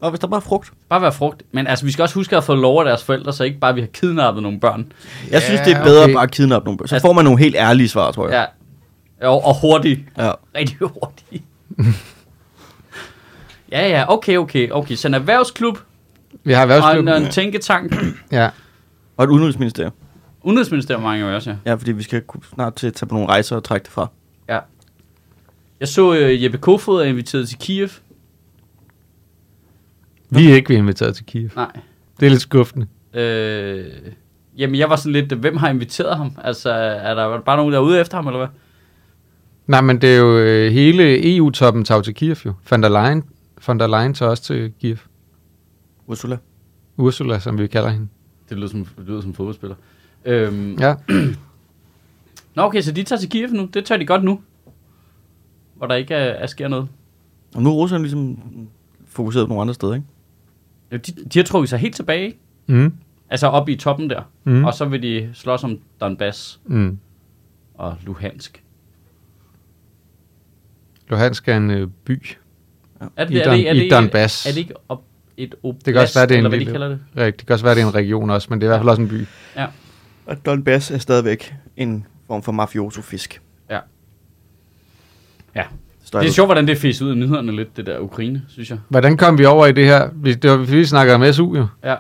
B: Og hvis der bare er frugt.
A: bare være frugt. Men altså, vi skal også huske at få lov af deres forældre, så ikke bare vi har kidnappet nogle børn.
B: Jeg synes, det er
C: Ja,
B: bedre
C: okay.
B: bare at kidnappe nogle børn. Så
A: Altså-
B: får man nogle helt ærlige svar, tror jeg.
A: Ja. Og, og hurtigt.
B: Ja.
A: Rigtig hurtigt. ja, ja, okay, okay, okay. Så en erhvervsklub
C: Vi har
A: og en, og
C: erhvervsklubben.
A: en tænketank.
C: Ja.
B: Og et udenrigsministerium.
A: Udenrigsministeriet mange også, ja.
B: Ja, fordi vi skal kunne- snart til at tage på nogle rejser og trække det fra.
A: ja. Jeg så øh, Jeppe Kofod er inviteret til Kiev.
C: Vi er ikke blevet inviteret til Kiev.
A: Nej.
C: Det er lidt skuffende.
A: Øh, jamen, jeg var sådan lidt, hvem har inviteret ham? Altså, er der bare nogen, der er ude efter ham, eller hvad?
C: Nej, men det er jo øh, hele EU-toppen tager jo til Kiev jo. Van der Leyen, Van der Leyen tager også til Kiev.
B: Ursula.
C: Ursula, som vi kalder hende.
A: Det lyder som, det lyder som fodboldspiller. Øhm, ja.
C: Ja,
A: Nå, okay, så de tager til Kiev nu. Det tør de godt nu. Hvor der ikke er, er sker noget.
B: Og nu er Rusland ligesom fokuseret på nogle andre steder, ikke?
A: Jo, De, de har trukket sig helt tilbage, ikke?
C: mm,
A: Altså op i toppen der. Mm.
C: Mhm.
A: Og så vil de slås om Donbass
C: mm.
A: og Luhansk.
C: Luhansk er en øh, by.
A: Er
C: I Don- i Donbass.
A: Er det ikke op, et oblast,
C: Det kan også være, det er en
A: eller hvad de
C: lille-
A: kalder det?
C: Rigtig. Det kan også være, det er en region også, men det er i hvert fald også en by.
B: Og Donbass er stadigvæk en form for mafioso-fisk.
A: Ja. Ja.
B: Står
A: Det er
B: jeg
A: sjovt, hvordan det fæs ud af nyhederne lidt, det der Ukraine, synes jeg.
C: Hvordan kom vi over i det her? Vi, det var, vi snakker om SU jo.
A: Ja.
B: ved.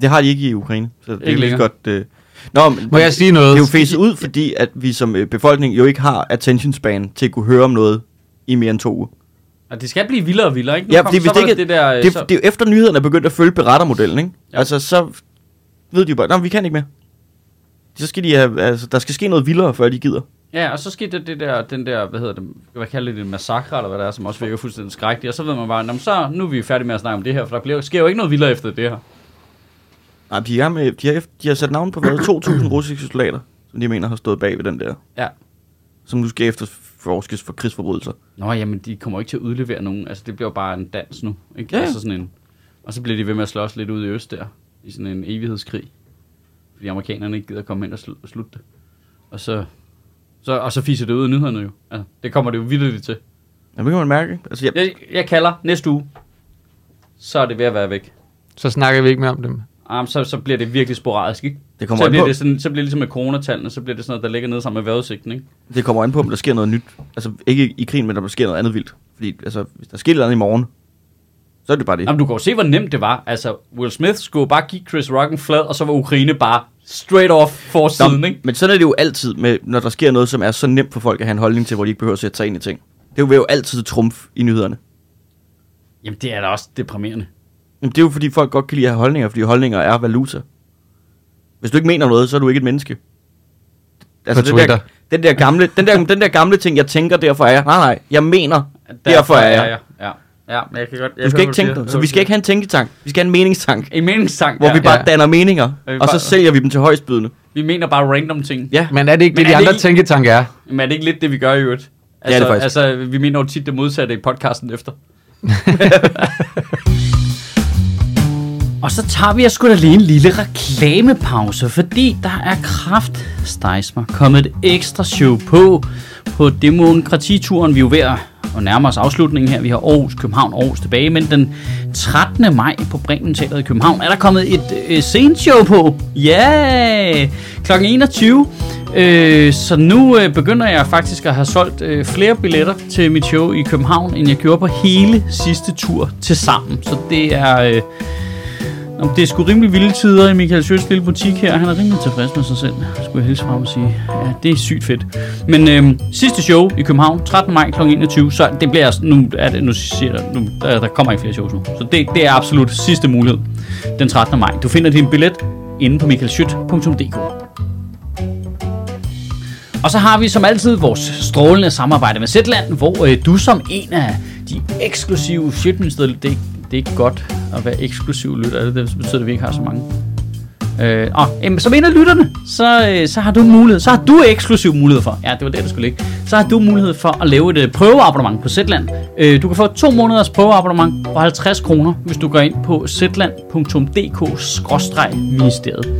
B: Det har de ikke i Ukraine, så det
A: Ikke
B: er lige så
A: længere.
B: godt... Øh... Nå, men,
C: Må jeg sige noget?
B: Det er jo fæset ud, fordi at vi som øh, befolkning jo ikke har attention span til at kunne høre om noget i mere end to uger.
A: Og det skal blive vildere og vildere, ikke? Nu
B: Ja,
A: kom-
B: fordi
A: så
B: hvis det
A: var
B: ikke...
A: det der, øh,
B: det,
A: så,
B: det er jo efter nyhederne er begyndt at følge berettermodellen, ikke?
A: Ja.
B: Ja. Altså, så ved de jo bare, nej, vi kan ikke mere. Så skal de have, altså, der skal ske noget vildere, før de gider.
A: Ja, og så skete det, det der, den der, hvad hedder det, hvad kalder det, en massakre, eller hvad det er, som også virker fuldstændig skrækkeligt, og så ved man bare, "Nå, men så nu er vi færdige med at snakke om det her, for der bliver, sker jo ikke noget vildere efter det her.
B: Nej, de, er med, de, har, eft- de har sat navn på hvad, 2.000 russiske soldater, som de mener har stået bag ved den der.
A: Ja.
B: Som nu skal efterforskes for krigsforbrydelser.
A: Nå, jamen, de kommer jo ikke til at udlevere nogen, altså det bliver jo bare en dans nu, ikke?
B: Ja, ja.
A: Altså sådan en, og så bliver de ved med at slås lidt ud i øst der, i sådan en evighedskrig, fordi amerikanerne ikke gider komme ind og slu- slutte det. Og så, så, og så fiser det ud af nyhederne jo. Altså, det kommer det jo vildt til.
B: Ja, det kan man mærke, ikke? Altså, jeg,
A: Jeg, jeg kalder næste uge, så er det ved at være væk.
C: Så snakker vi ikke mere om dem.
A: Ah, så, så bliver det virkelig sporadisk, ikke?
B: det, kommer
A: Så
B: an
A: bliver,
B: på,
A: det sådan, så bliver det ligesom med coronatallene, så bliver det sådan noget, der ligger nede sammen med vejrudsigten, ikke?
B: det kommer an på, om der sker noget nyt. Altså, ikke i krigen, men om der sker noget andet vildt. Fordi, altså, hvis der sker noget andet i morgen, så er det bare det.
A: Jamen, du kan jo se, hvor nemt det var. Altså, Will Smith skulle bare give Chris Rocken flad, og så var Ukraine bare straight off forsiden, ikke?
B: men sådan er det jo altid, med, når der sker noget, som er så nemt for folk at have en holdning til, hvor de ikke behøver at sætte sig ind i ting. Det vil jo altid trumf i nyhederne.
A: Jamen, det er da også deprimerende.
B: Jamen, det er jo fordi, folk godt kan lide at have holdninger, fordi holdninger er valuta. Hvis du ikke mener noget, så er du ikke et menneske.
C: På Twitter.
B: Det Altså, Den der gamle, den der, den der gamle ting, jeg tænker, derfor er jeg. Nej, nej, jeg mener,
A: Der-
B: derfor er jeg.
A: Ja, ja, ja. men jeg kan godt...
B: Du skal ikke tænke dig.
A: det.
B: Så vi skal ikke have en tænketank. Vi skal have en meningstank,
A: En meningstank,
B: hvor
A: ja.
B: vi bare
C: Ja.
B: danner meninger,
A: vi
B: og så
A: bare-
B: sælger vi dem til højstbydende.
A: Vi mener bare random ting.
B: Ja.
C: Men er det ikke
A: Men
C: det, de
A: er det
C: andre
A: ikke-
C: tænketanke er?
A: Men er det ikke lidt det, vi gør i øvrigt?
B: det er
A: Altså,
B: faktisk.
A: Altså, vi mener jo tit det modsatte i podcasten efter. Og så tager vi sgu da lige en lille reklamepause, fordi der er kraft Stejsmer kommet et ekstra show på på demokratituren. Vi er jo ved at at nærme os afslutningen her. Vi har Aarhus, København, Aarhus tilbage, men den 13. maj på Bremen Teateret i København er der kommet et øh, sceneshow på. Ja! Yeah! Klokken 21. Øh, så nu øh, begynder jeg faktisk at have solgt øh, flere billetter til mit show i København, end jeg gjorde på hele sidste tur til sammen. Så det er... Øh, Nå, men det er sgu rimelig vilde tider i Michael Sjøts lille butik her. Han er rimelig tilfreds med sig selv, skulle jeg hilse fra ham og sige. Ja, det er sygt fedt. Men øhm, sidste show i København, 13. maj kl. 21, så det bliver... altså- Nu, er det, nu siger jeg, nu, der, der kommer ikke flere shows nu. Så det, det er absolut sidste mulighed den 13. maj. Du finder din billet inde på michaelschødt.dk. Og så har vi som altid vores strålende samarbejde med Zetland, hvor øh, du som en af de eksklusive Sjøtministeriet, det, det er ikke godt at være eksklusiv lytter, er det, det betyder, at vi ikke har så mange. Øh, og jamen, som en af lytterne, så, øh, så har du mulighed, så har du eksklusiv mulighed for, ja, det var det, der skulle ligge, så har du mulighed for at lave et øh, prøveabonnement på Zetland. Øh, du kan få to måneders prøveabonnement for 50 kroner, hvis du går ind på zetland.dk-ministeriet.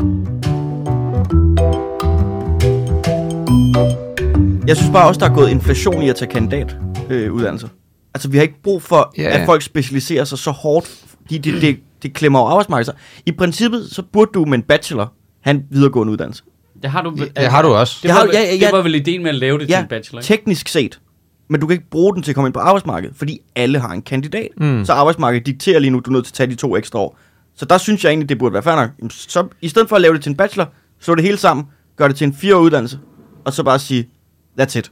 B: Jeg synes bare også, der er gået inflation i at tage kandidatuddannelser. Øh, uddannelser. altså, vi har ikke brug for,
C: Ja,
B: ja,
C: ja.
B: at folk specialiserer sig så hårdt, fordi det, det, det klemmer jo arbejdsmarkedet. sig. I princippet, så burde du med en bachelor have en videregående uddannelse.
A: Det har du,
C: Det har du også.
A: Det
B: Jeg
A: var,
B: har-
A: vel-
B: ja, ja,
A: det
B: ja.
A: var vel ideen med at lave det til en bachelor, ikke?
B: teknisk set. Men du kan ikke bruge den til at komme ind på arbejdsmarkedet, fordi alle har en kandidat.
C: Mm.
B: Mm. Så arbejdsmarkedet dikterer lige nu, du er nødt til at tage de to ekstra år. Så der synes jeg egentlig, det burde være fair nok. Jamen, Så i stedet for at lave det til en bachelor, slå det hele sammen, gør det til en fireårig uddannelse, og så bare sige, that's it.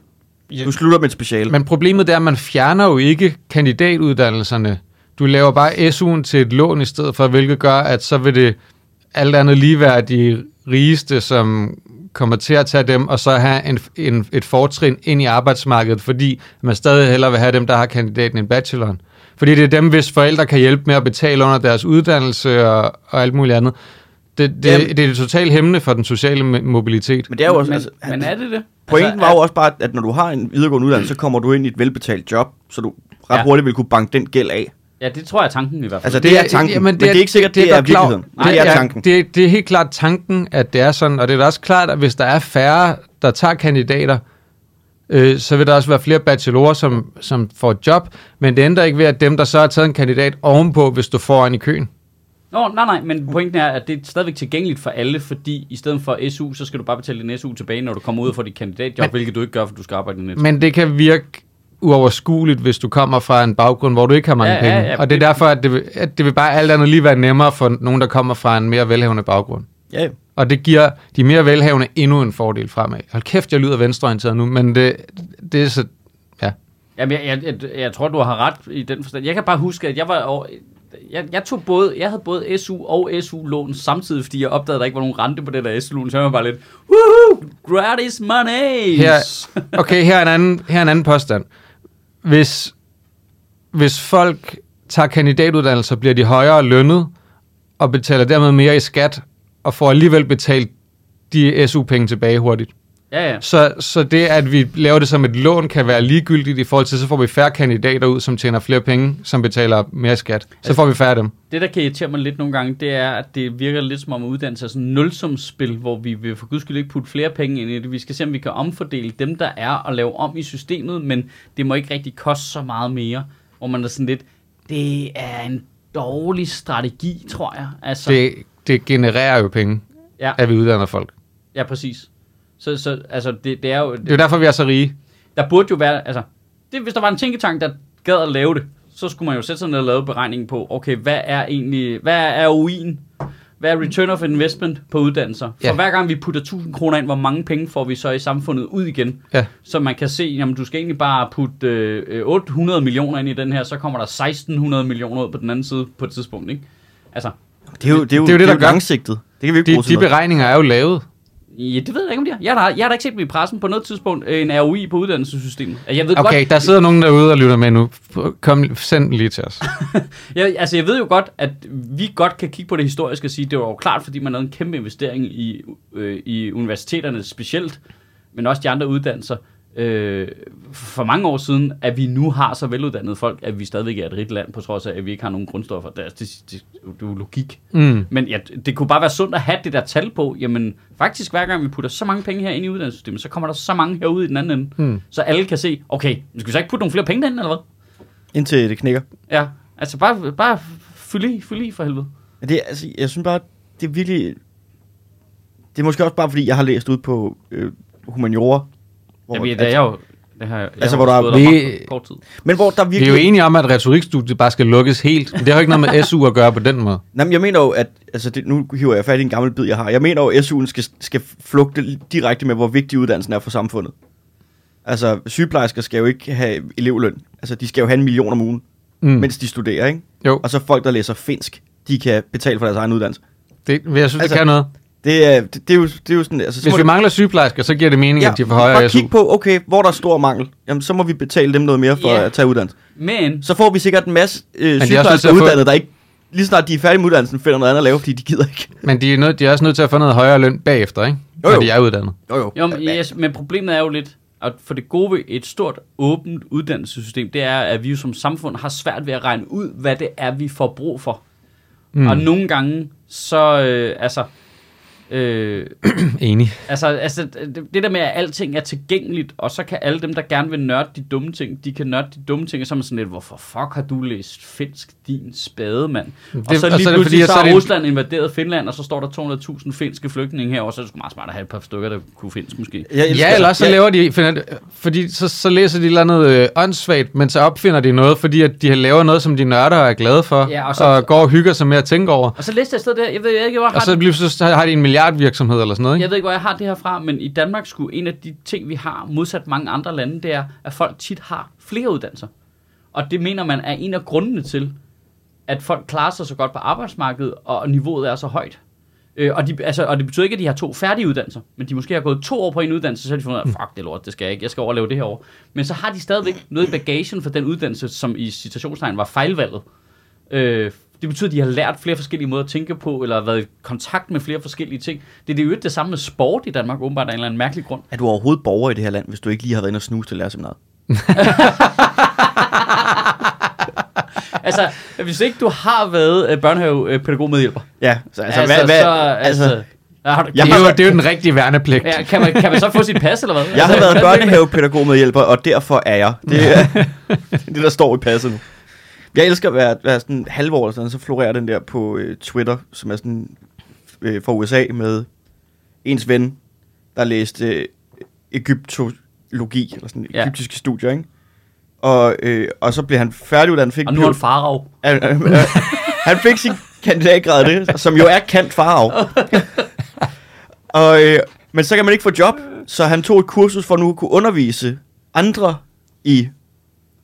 B: Du slutter med et speciale.
C: Men problemet det er, at man fjerner jo ikke kandidatuddannelserne. Du laver bare SU'en til et lån i stedet for, hvilket gør, at så vil det alt andet lige være de rigeste, som kommer til at tage dem, og så have en, en, et fortrin ind i arbejdsmarkedet, fordi man stadig hellere vil have dem, der har kandidaten en bacheloren. Fordi det er dem, hvis forældre kan hjælpe med at betale under deres uddannelse og, og alt muligt andet. Det, det,
B: Jamen.
C: det er totalt hæmmende for den sociale mo- mobilitet.
B: Men det er jo også,
A: men,
B: altså,
A: men er det det?
B: pointen
A: altså,
B: var jo også bare, at når du har en videregående uddannelse, så kommer du ind i et velbetalt job, så du ret
A: Ja.
B: hurtigt vil kunne banke den gæld af.
A: Ja, det tror jeg er tanken i hvert fald.
B: Altså, det, er tanken, men det er, men det er ikke sikkert, det er, det er
C: godt klar-
B: virkeligheden. Nej, det er tanken.
C: Det, er- det er helt klart tanken, at det er sådan, og det er da også klart, at hvis der er færre, der tager kandidater, øh, så vil der også være flere bachelorer, som, som får et job, men det ændrer ikke ved, at dem, der så har taget en kandidat ovenpå, hvis du får en i køen.
A: Nå, nej, nej, men pointen er, at det er stadigvæk tilgængeligt for alle, fordi i stedet for SU, så skal du bare betale din SU tilbage, når du kommer ud og får dit kandidatjob, men, hvilket du ikke gør, for du skal arbejde i net.
B: Mm.
C: Men det kan virke uoverskueligt, hvis du kommer fra en baggrund, hvor du ikke har mange
A: Ja, ja,
C: penge.
A: ja,
C: og det er
A: det-
C: derfor, at det, vil- at det vil bare alt andet lige være nemmere for nogen, der kommer fra en mere velhavende baggrund.
B: Ja, ja.
C: Og det giver de mere velhavende endnu en fordel fremad. Hold kæft, jeg lyder venstreorienteret nu, men det, det er så... Ja.
A: Jamen, jeg, jeg, jeg, jeg tror, du har ret i den forstand. Jeg kan bare huske, at jeg var over, jeg, jeg, tog både, jeg havde både SU og SU-lån samtidig, fordi jeg opdagede, at der ikke var nogen rente på det der SU-lån, så jeg var bare lidt, woohoo, gratis money!
C: Her, okay, her er, en anden, her er en anden påstand. Hvis, hvis folk tager kandidatuddannelser, bliver de højere lønnet, og betaler dermed mere i skat, og får alligevel betalt de SU-penge tilbage hurtigt.
A: Ja, ja.
C: Så, så det, at vi laver det som et lån, kan være ligegyldigt i forhold til, så får vi færre kandidater ud, som tjener flere penge, som betaler mere skat. Så får vi færre af dem.
A: Det, der kan irritere mig lidt nogle gange, det er, at det virker lidt som om at uddannelse er sådan et nulsumsspil, hvor vi vil for guds skyld ikke putte flere penge ind i det. Vi skal se, om vi kan omfordele dem, der er, og lave om i systemet, men det må ikke rigtig koste så meget mere. Hvor man er sådan lidt, det er en dårlig strategi, tror jeg. Altså,
C: Det, det genererer jo penge.
A: ja,
C: at vi uddanner folk.
A: ja, præcis. Så, så altså, det, det er jo...
C: Det er jo derfor, vi er så rige.
A: Der burde jo være, altså, det, hvis der var en tænketank, der gad at lave det, så skulle man jo sætte sig ned og lave beregningen på, okay, hvad er egentlig, hvad er ROI'en? Hvad er return of investment på uddannelser? For
C: Ja.
A: hver gang vi putter 1000 kroner ind, hvor mange penge får vi så i samfundet ud igen?
C: Ja.
A: Så man kan se, jamen du skal egentlig bare putte øh, øh, 800 millioner ind i den her, så kommer der 1600 millioner ud på den anden side på et tidspunkt, ikke? Altså,
B: Det er jo det, er jo,
C: det, der
B: det, er jo
C: gør-
B: langsigtet. Det kan vi ikke
C: De,
B: bruge til
C: de
B: noget.
C: beregninger er jo lavet.
A: Ja, det ved jeg ikke, om de har. Jeg har, da- jeg har da ikke set dem i pressen på noget tidspunkt øh, en ROI på uddannelsessystemet. Altså, Jeg ved
C: Okay,
A: godt,
C: der sidder nogen derude og lytter med nu. Kom, send den lige til os.
A: jeg, altså, jeg ved jo godt, at vi godt kan kigge på det historiske og sige, at det var jo klart, fordi man havde en kæmpe investering i, øh, i universiteterne specielt, men også de andre uddannelser. Øh, for mange år siden, at vi nu har så veluddannede folk, at vi stadigvæk er et rigt land, på trods af, at vi ikke har nogen grundstoffer. Det, er- det, det, det er jo logik.
C: Mm.
A: Men ja, det kunne bare være sundt at have det der tal på, jamen faktisk hver gang vi putter så mange penge her ind i uddannelsessystemet, så kommer der så mange herude i den anden ende.
C: Mm.
A: Så alle kan se, okay, skal vi så ikke putte nogle flere penge derinde, eller hvad?
B: Indtil det knækker.
A: Ja, altså bare, bare fyld i, fyld i for helvede.
B: Men Det, er- altså, jeg synes bare, det er virkelig... Det er måske også bare, fordi jeg har læst ud på øh, humaniora. Hvor,
A: Jamen, det er jeg jo... Det har, jeg
B: Altså,
A: har
B: hvor der er-
A: stået ret
C: Vi-
A: kort- kort tid.
B: men hvor der
C: Vi er
B: virkelig...
C: jo enige om, at retorikstudiet bare skal lukkes helt. Men det har jo ikke noget med SU at gøre på den måde.
B: Nej, men jeg mener jo, at... Altså, det, nu hiver jeg fat i en gammel bid, jeg har. Jeg mener jo, at SU'en skal, skal flugte direkte med, hvor vigtig uddannelsen er for samfundet. Altså, sygeplejersker skal jo ikke have elevløn. Altså, de skal jo have en million om ugen,
C: Mm.
B: mm.
C: Men,
B: mens de studerer, ikke?
C: jo,
B: Og så folk, der læser finsk, de kan betale for deres egen uddannelse.
C: det, men jeg synes, altså,
B: altså,
C: det kan noget.
B: Det er, det, det er, jo, det er jo sådan... Altså, så
C: Hvis
B: må
C: vi
B: det-
C: mangler sygeplejersker, så giver det mening, ja, at de får højere
B: bare
C: SU.
B: kig på, okay, hvor der er stor mangel, jamen så må vi betale dem noget mere for
A: Ja.
B: yeah. at tage uddannelse.
A: Men,
B: Så får vi sikkert en masse øh,
C: nødt til at
B: sygeplejersker
C: få-
B: uddannede, der ikke, lige snart de er færdige med uddannelsen, finder noget andet at lave, fordi de gider ikke.
C: Men de er, nød, de er også nødt til at få noget højere løn bagefter, ikke?
B: Jo,
C: Jo,
B: jo.
C: Når de er uddannet.
B: Jo jo.
A: jo, men, yes, men problemet er jo lidt, at for det gode ved et stort, åbent uddannelsessystem, det er, at vi jo som samfund har svært ved at regne ud, hvad det er, vi får brug for.
B: Hmm.
A: Mm. Og nogle gange, så, øh, altså, øh,
C: Enig.
A: Altså, altså det, det der med, at alting er tilgængeligt, og så kan alle dem, der gerne vil nørde de dumme ting, de kan nørde de dumme ting, og så er man sådan lidt, hvorfor fuck har du læst finsk, din spade, mand?
C: Det-
A: og så
C: og
A: lige
C: så er det
A: pludselig,
C: fordi, at
A: så
C: så er
A: har
C: det en-
A: Rusland invaderet Finland, og så står der 200.000 finske flygtninge herovre, så er det sgu meget smart at have et par stykker, der kunne finsk måske.
B: Jeg elsker-
C: Ja, eller også så
B: jeg-
C: laver de, finder, fordi så, så læser de et eller andet øh, åndssvagt, men så opfinder de noget, fordi at de laver noget, som de nørder og er glade for,
A: Ja,
C: ja,
A: og
C: og,
A: så-
C: så, og går og hygger sig med at tænke over.
A: Og så læste jeg et sted der, jeg ved jeg ikke, hvor jeg har
C: Og så,
A: det-
C: lige pludselig så har de en milliardvirksomhed eller sådan noget,
A: Jeg
C: ikke?
A: ved ikke, hvor jeg har det her fra, men i Danmark skulle en af de ting, vi har modsat mange andre lande, det er, at folk tit har flere uddannelser. Og det mener man er en af grundene til, at folk klarer sig så godt på arbejdsmarkedet, og niveauet er så højt. Øh, og, de, altså, og det betyder ikke, at de har to færdige uddannelser, men de måske har gået to år på en uddannelse, så har de fundet ud af, fuck det er lort, det skal jeg ikke, jeg skal overleve det her år. Men så har de stadigvæk noget i bagagen for den uddannelse, som i citationstegn var fejlvalget. Øh, det betyder, at de har lært flere forskellige måder at tænke på, eller har været i kontakt med flere forskellige ting. Det er det jo ikke det samme med sport i Danmark, åbenbart af en eller anden mærkelig grund.
B: Er du overhovedet borger i det her land, hvis du ikke lige har været inde og snuse til lærerseminaret?
A: Altså, hvis ikke du har været øh, børnehavepædagog medhjælper.
B: Ja, så altså, altså, hvad, hvad,
A: så,
B: altså,
A: altså, har du,
B: Jeg
C: Det er, jo,
B: har-
C: det er jo den rigtige værnepligt.
A: ja, kan, man, kan man så få sit pas, eller hvad?
B: jeg har
A: Altså,
B: været
A: hvad-
B: børnehavepædagog med hjælper, og derfor er jeg. Det er det, der står i passet nu. Jeg elsker at være, være sådan halvår eller sådan, så florerer den der på øh, Twitter, som er sådan øh, fra USA med ens ven, der læste øh, egyptologi, eller sådan
A: Ja.
B: egyptiske studier, ikke? Og, øh, og så blev han færdiguddannet, fik
A: Og nu er han farov.
B: han, øh, øh, han fik sin kandidatgrad af det, som jo er kant farve. og, øh, men så kan man ikke få job, så han tog et kursus for nu at kunne undervise andre i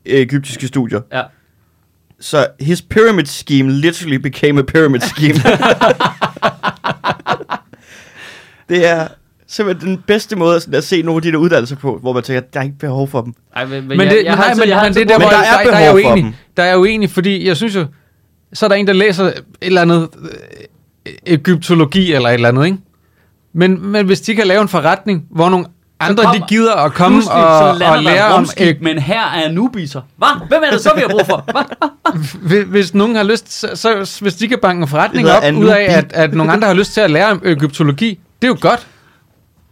B: øh, egyptiske studier.
A: Ja.
B: Så his pyramid scheme literally became a pyramid scheme. det er simpelthen den bedste måde sådan at se nogle af de der uddannelser på, hvor man tænker, der er ikke behov for dem.
A: Ej, men,
C: Men, det,
A: jeg,
C: nej,
A: har
C: men,
A: jeg har
C: men det er
A: altid-
C: der,
B: Men
C: hvor
B: der
C: der,
B: er
C: der, der er jeg
B: behov for
C: uenig.
B: dem.
C: Der er jeg uenig, fordi jeg synes jo, så er der en, der læser et eller andet øh, egyptologi eller et eller andet, ikke? Men, men hvis de kan lave en forretning, hvor nogle andre, de
A: kommer-
C: gider at komme
A: Pludselig så
C: og,
A: lander
C: og
A: der et
C: lære om...
A: rumskib,
C: øh,
A: Men her er Anubiser. Hvad? Hvem er det så, vi har brug for? Hva?
C: Hvis, hvis nogen har lyst, så, så hvis de kan banke en forretning
B: Det
C: op,
B: hedder
C: ud af,
B: Anubi.
C: at, at nogle andre har lyst til at lære om egyptologi, det er jo godt.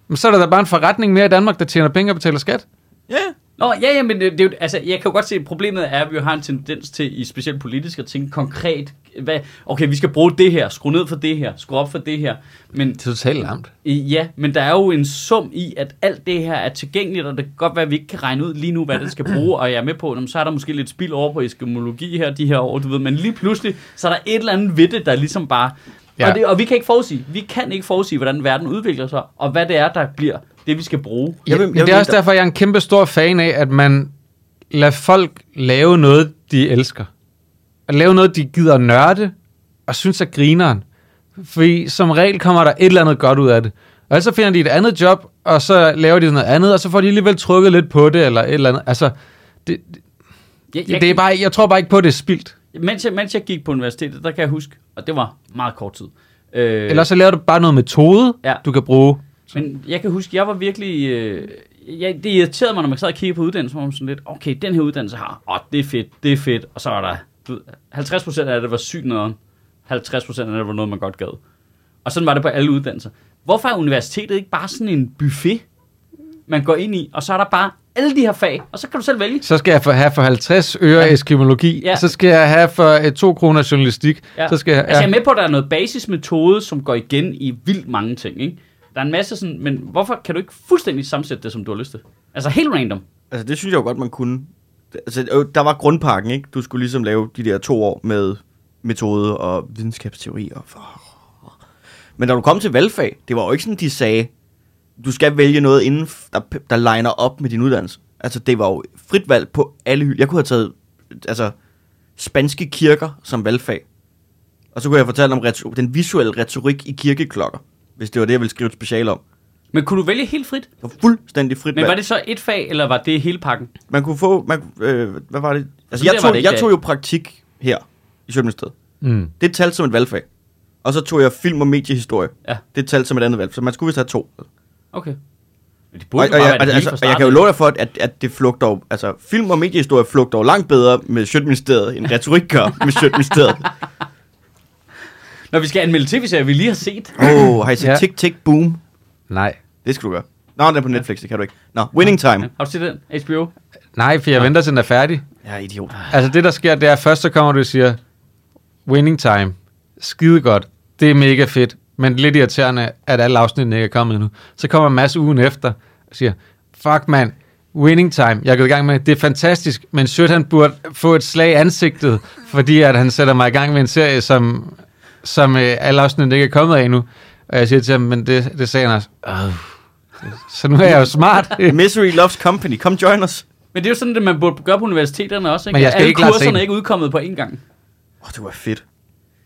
C: Men så er der da bare en forretning mere i Danmark, der tjener penge og betaler skat.
B: Ja, yeah.
A: Nå, ja, ja, men det, det, er jo- altså, jeg kan jo godt se, at problemet er, at vi jo har en tendens til, i specielt politisk, at tænke konkret, hvad, okay, vi skal bruge det her, skru ned for det her, skru op for det her. Men
C: Det er totalt lamt.
A: øh, ja, men der er jo en sum i, at alt det her er tilgængeligt, og det kan godt være, at vi ikke kan regne ud lige nu, hvad det skal bruge, og jeg er med på, jamen, så er der måske lidt spild over på eskimologi her, de her år, du ved, men lige pludselig, så er der et eller andet ved det, der ligesom bare... Ja.
C: Ja.
A: Og, det, og vi kan ikke forudsige, vi kan ikke forudsige, hvordan verden udvikler sig, og hvad det er, der bliver det, vi skal bruge.
B: Jeg
C: Jeg
B: vil- jeg
C: vil, men det
B: vil
C: er også
B: mene, der-
C: derfor, jeg er en kæmpe stor fan af, at man lader folk lave noget, de elsker. At lave noget, de gider nørde, og synes er grineren. Fordi som regel kommer der et eller andet godt ud af det. Og så finder de et andet job, og så laver de noget andet, og så får de alligevel trykket lidt på det, eller et eller andet. Altså, det,
A: Jeg, jeg,
C: det, det er bare, jeg tror bare ikke på, at det er spildt.
A: mens, jeg, mens jeg gik på universitetet, der kan jeg huske, og det var meget kort tid. Øh,
C: Eller så laver du bare noget metode,
A: Ja.
C: du kan bruge.
A: Men jeg kan huske, jeg var virkelig... Øh, jeg, det irriterede mig, når man sad og kiggede på uddannelsen, hvor man sådan lidt, okay, den her uddannelse har, åh, det er fedt, det er fedt, og så er der... Du, ved, 50% af det var sygt noget, 50% af det var noget, man godt gad. Og sådan var det på alle uddannelser. Hvorfor er universitetet ikke bare sådan en buffet, man går ind i, og så er der bare alle de her fag, og så kan du selv vælge.
C: Så skal jeg for, have for 50 øre
A: Ja.
C: ja. eskimologi,
A: Ja.
C: ja. så skal jeg have for eh, 2 kroner journalistik, ja. så skal jeg,
A: Altså, jeg
C: ja.
A: er med på, at der er noget basismetode, som går igen i vildt mange ting, ikke? Der er en masse sådan, men hvorfor kan du ikke fuldstændig sammensætte det, som du har lyst til? Altså helt random.
B: Altså, det synes jeg jo godt, man kunne. Altså, øh, der var grundpakken, ikke? Du skulle ligesom lave de der to år med metode og videnskabsteori og for... Men når du kom til valgfag, det var jo ikke sådan, de sagde, du skal vælge noget inden, f- der, p- der liner op med din uddannelse. Altså, det var jo frit valg på alle hylder. Jeg kunne have taget, altså, spanske kirker som valgfag. Og så kunne jeg fortælle om retor- den visuelle retorik i kirkeklokker, hvis det var det, jeg ville skrive et special om.
A: Men kunne du vælge helt frit?
B: Det var fuldstændig frit
A: Men
B: valg.
A: var det så et fag, eller var det hele pakken?
B: Man kunne få... Man, øh, hvad var det? Altså,
A: der var
B: jeg
A: det
B: tog,
A: ikke
B: jeg tog jo praktik her i Sjøbensted.
C: Mm.
B: Det talte som et valgfag. Og så tog jeg film og mediehistorie.
A: Ja.
B: Det talte som et andet valg. Så man skulle vist have to.
A: Okay. Men det
B: Og,
A: burde
B: og,
A: og, bare
B: jeg,
A: være det
B: altså,
A: hele fra
B: og jeg kan jo love dig for, at, at det flugter jo, altså film og mediehistorie flugter jo langt bedre med Sjøtministeriet, end retorik gør med Sjøtministeriet.
A: starten. Når vi skal anmelde tv-serier, vi lige har set.
B: Åh, oh, har I set
C: Ja.
B: Tick Tick Boom?
C: Nej.
B: Det skal du gøre. Nå, den er på Netflix, det kan du ikke. Nå, Winning Time.
A: Har du set den? HBO?
C: Nej, for jeg venter til den er færdig.
B: Ja, idiot.
C: Altså det, der sker, det er, først så kommer du og siger, winning time, skide godt, det er mega fedt, men lidt irriterende, at alle afsnittene ikke er kommet endnu. Så kommer Mads ugen efter og siger, fuck mand, winning time, jeg er gået i gang med, det. det er fantastisk, men Sødt han burde få et slag i ansigtet, fordi at han sætter mig i gang med en serie, som, som øh, alle afsnittene ikke er kommet af endnu. Og jeg siger til ham, men det, det sagde han også, "Åh." så nu er jeg jo smart.
B: Misery Loves Company. Come join us.
A: Men det er jo sådan, det man burde gøre på universiteterne også, ikke?
C: Men jeg skal
A: Alle
C: ikke lade se
A: kurserne
C: den.
A: er ikke udkommet på én gang.
B: Åh, oh, det var fedt.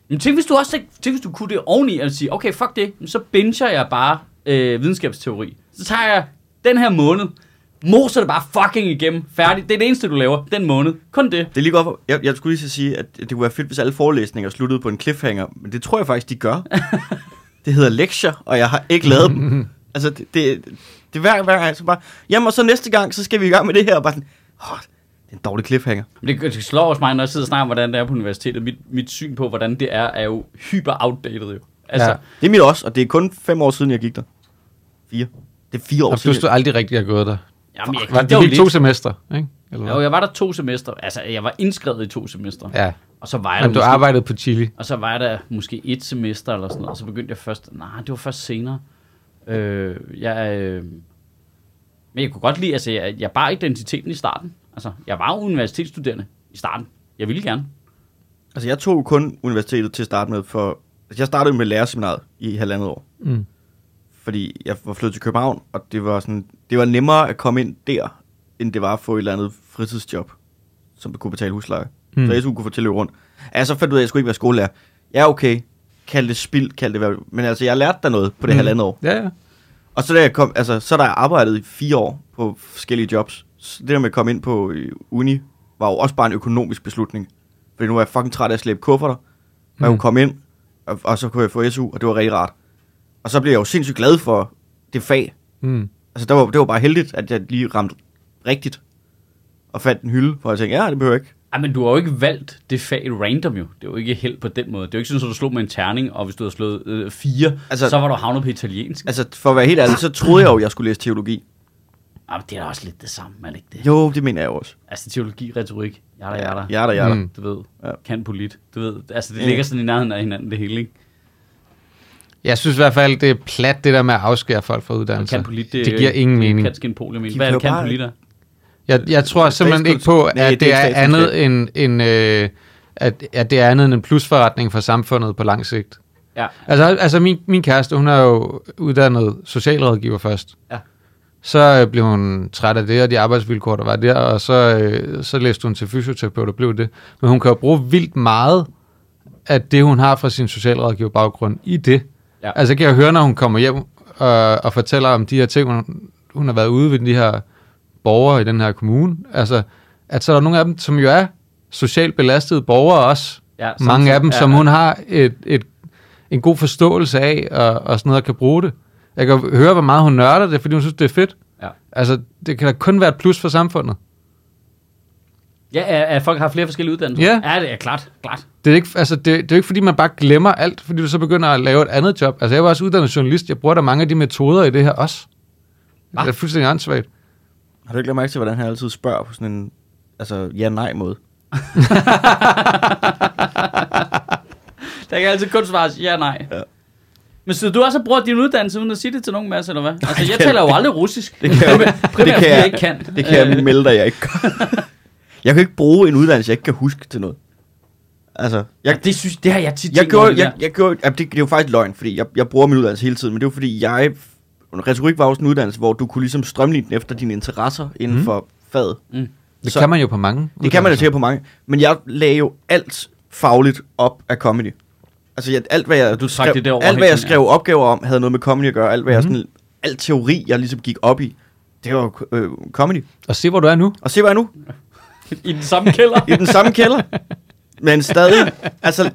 A: Men tænk, hvis du også tænk, hvis du kunne det oveni, og sige, okay, fuck det, så binger jeg bare øh, videnskabsteori. Så tager jeg den her måned, moser det bare fucking igennem, færdig. Det er det eneste, du laver den måned. Kun det.
B: Det er lige godt. for- Jeg, jeg skulle lige så sige, at det kunne være fedt, hvis alle forelæsninger sluttede på en cliffhanger, men det tror jeg faktisk, de gør. det hedder lektier, og jeg har ikke lavet dem. Altså, det, det, det er hver, hver gang, så bare, jamen, og så næste gang, så skal vi i gang med det her, og bare sådan, åh, det er en dårlig cliffhanger.
A: Men Det, det slår også mig, når jeg sidder og snakker om, hvordan det er på universitetet. Mit, mit syn på, hvordan det er, er jo hyper-outdated jo. Altså,
C: Ja.
A: ja.
B: Det er mit også, og det er kun fem år siden, jeg gik der. Fire. Det er fire år
C: Og plus,
B: siden.
C: du aldrig rigtig har gået der.
A: Jamen, jeg,
C: Var
A: det var
C: det
A: jo
C: gik to
A: lidt.
C: semester, ikke? Eller hvad?
A: Jo, jeg var der to semester. Altså, jeg var indskrevet i to semester.
C: Ja.
A: Og så var jeg
C: Jamen,
A: der
C: du
A: måske,
C: arbejdede på Chili.
A: Og så var der måske et semester eller sådan noget. Og så begyndte jeg først... Nej, det var først senere. Øh, jeg, øh, men jeg kunne godt lide... Altså, jeg, jeg bar identiteten i starten. Altså, jeg var jo universitetsstuderende i starten. Jeg ville gerne.
B: Altså, jeg tog kun universitetet til at starte med, for altså, jeg startede med lærerseminaret i halvandet år.
C: Mm.
B: Fordi jeg var flyttet til København, og det var, sådan, det var nemmere at komme ind der, end det var at få et eller andet fritidsjob, som kunne betale husleje. Mm.
C: Mm.
B: Så SU kunne få til at løbe rundt. Altså, så fandt jeg ud af, at jeg skulle ikke være skolelærer. Ja, okay. Kald det spild, kald det hvad. Men altså, jeg lærte der noget på det mm. halvandet år.
C: Ja, ja.
B: Og så da jeg kom, altså, så der jeg arbejdet i fire år på forskellige jobs. Så det der med at komme ind på øh, uni, var jo også bare en økonomisk beslutning. Fordi nu var jeg fucking træt af at slæbe kufferter. Og jeg kunne
C: Mm.
B: komme ind, og, og, så kunne jeg få SU, og det var rigtig rart. Og så blev jeg jo sindssygt glad for det fag.
C: Mm.
B: Altså, det var, det var bare heldigt, at jeg lige ramte rigtigt. Og fandt en hylde, hvor jeg tænkte, ja, det behøver jeg ikke.
A: Ej, men du har jo ikke valgt det fag random jo. Det er jo ikke held på den måde. Det er jo ikke sådan, at du slog med en terning, og hvis du havde slået øh, fire,
B: Altså-
A: altså, så var du havnet på italiensk.
B: Altså, for at være helt ærlig, så troede jeg jo, jeg skulle læse teologi.
A: Ej, men det er da også lidt det samme, man ikke det?
B: Jo, det mener jeg jo også.
A: Altså teologi, retorik, jada,
B: Ja,
A: jada.
B: ja, ja, ja.
C: Mm.
A: Du ved,
B: Ja.
A: kan polit. Du ved, altså det
B: Ja.
A: ligger sådan i nærheden af hinanden det hele, ikke?
C: Jeg synes i hvert fald, det er plat, det der med at afskære folk fra uddannelse.
A: Kan polit, Altså, det,
C: det giver ingen mening.
A: Kan skin polio, men
B: De
A: hvad er det,
B: kan
A: kan
B: jo
A: polit er?
C: Jeg, jeg tror simpelthen ikke på,
B: Øh, Nej, det er
C: at det
B: ikke
C: er andet
B: statsvidenskab.
C: end, end øh, at, at det er andet end en plusforretning for samfundet på lang sigt.
A: Ja.
C: Altså, altså min, min kæreste, hun er jo uddannet socialrådgiver først.
A: Ja.
C: Så øh, blev hun træt af det, og de arbejdsvilkår, der var der, og så, øh, så læste hun til fysioterapeut og blev det. Men hun kan jo bruge vildt meget af det, hun har fra sin socialrådgiver baggrund i det.
A: Ja.
C: Altså kan jeg høre, når hun kommer hjem og, og fortæller om de her ting, hun, hun har været ude ved de her borgere i den her kommune. Altså, at så er der nogle af dem, som jo er socialt belastede borgere også.
A: Ja,
C: Mange
A: samtidig-
C: af dem,
A: ja,
C: som
A: ja.
C: hun har et, et, en god forståelse af, og, og sådan noget, og kan bruge det. Jeg kan høre, hvor meget hun nørder det, fordi hun synes, det er fedt.
A: Ja.
C: Altså, det kan da kun være et plus for samfundet.
A: Ja, at- at folk har flere forskellige uddannelser.
C: Ja.
A: ja det er klart. klart.
C: Det er, ikke, altså, det, det er jo ikke, fordi man bare glemmer alt, fordi du så begynder at lave et andet job. Altså, jeg var også uddannet journalist. Jeg bruger da mange af de metoder i det her også.
A: Hva?
B: Ah.
C: Det er fuldstændig ansvaret.
B: Har du ikke lagt mærke til, hvordan han altid spørger på sådan en altså, ja-nej-måde?
A: Der kan altid kun svares ja nej. Ja. Men så du også har brugt din uddannelse uden at sige det til nogen masse, eller hvad? Altså, jeg
B: kan-
A: taler jo aldrig russisk.
B: Det kan,
A: Primært,
B: det
A: fordi
B: kan,
A: jeg ikke kan. Øh,
B: Det kan jeg melde dig, jeg ikke kan. jeg kan ikke bruge en uddannelse, jeg ikke kan huske til noget. Altså, jeg,
A: Jeg, det, synes, det har jeg tit
B: jeg
A: tænkt over,
B: gjorde,
A: det
B: jeg,
A: der.
B: jeg gjorde, ja, det, det er jo faktisk løgn, fordi jeg, jeg bruger min uddannelse hele tiden, men det er jo fordi, jeg, retorik var også en uddannelse, hvor du kunne ligesom strømligne den efter dine interesser inden mm. for faget.
A: Mm.
C: Det
B: Så-
C: så, kan man jo på mange.
B: Det kan man jo
C: uddannelser.
B: sikkert på mange, men jeg lagde jo alt fagligt op af comedy. Altså jeg, alt, hvad jeg, du
A: trak
B: skrev,
A: det derover
B: alt, hvad
A: hele
B: jeg
A: tiden, Mhm.
B: skrev opgaver om, havde noget med comedy at gøre. Alt, hvad jeg sådan, alt teori, jeg ligesom gik op i, det var jo, øh, comedy.
C: Og se, hvor du er nu.
B: Og se, hvad jeg er nu.
A: I den samme kælder.
B: I den samme kælder. Men stadig. Altså,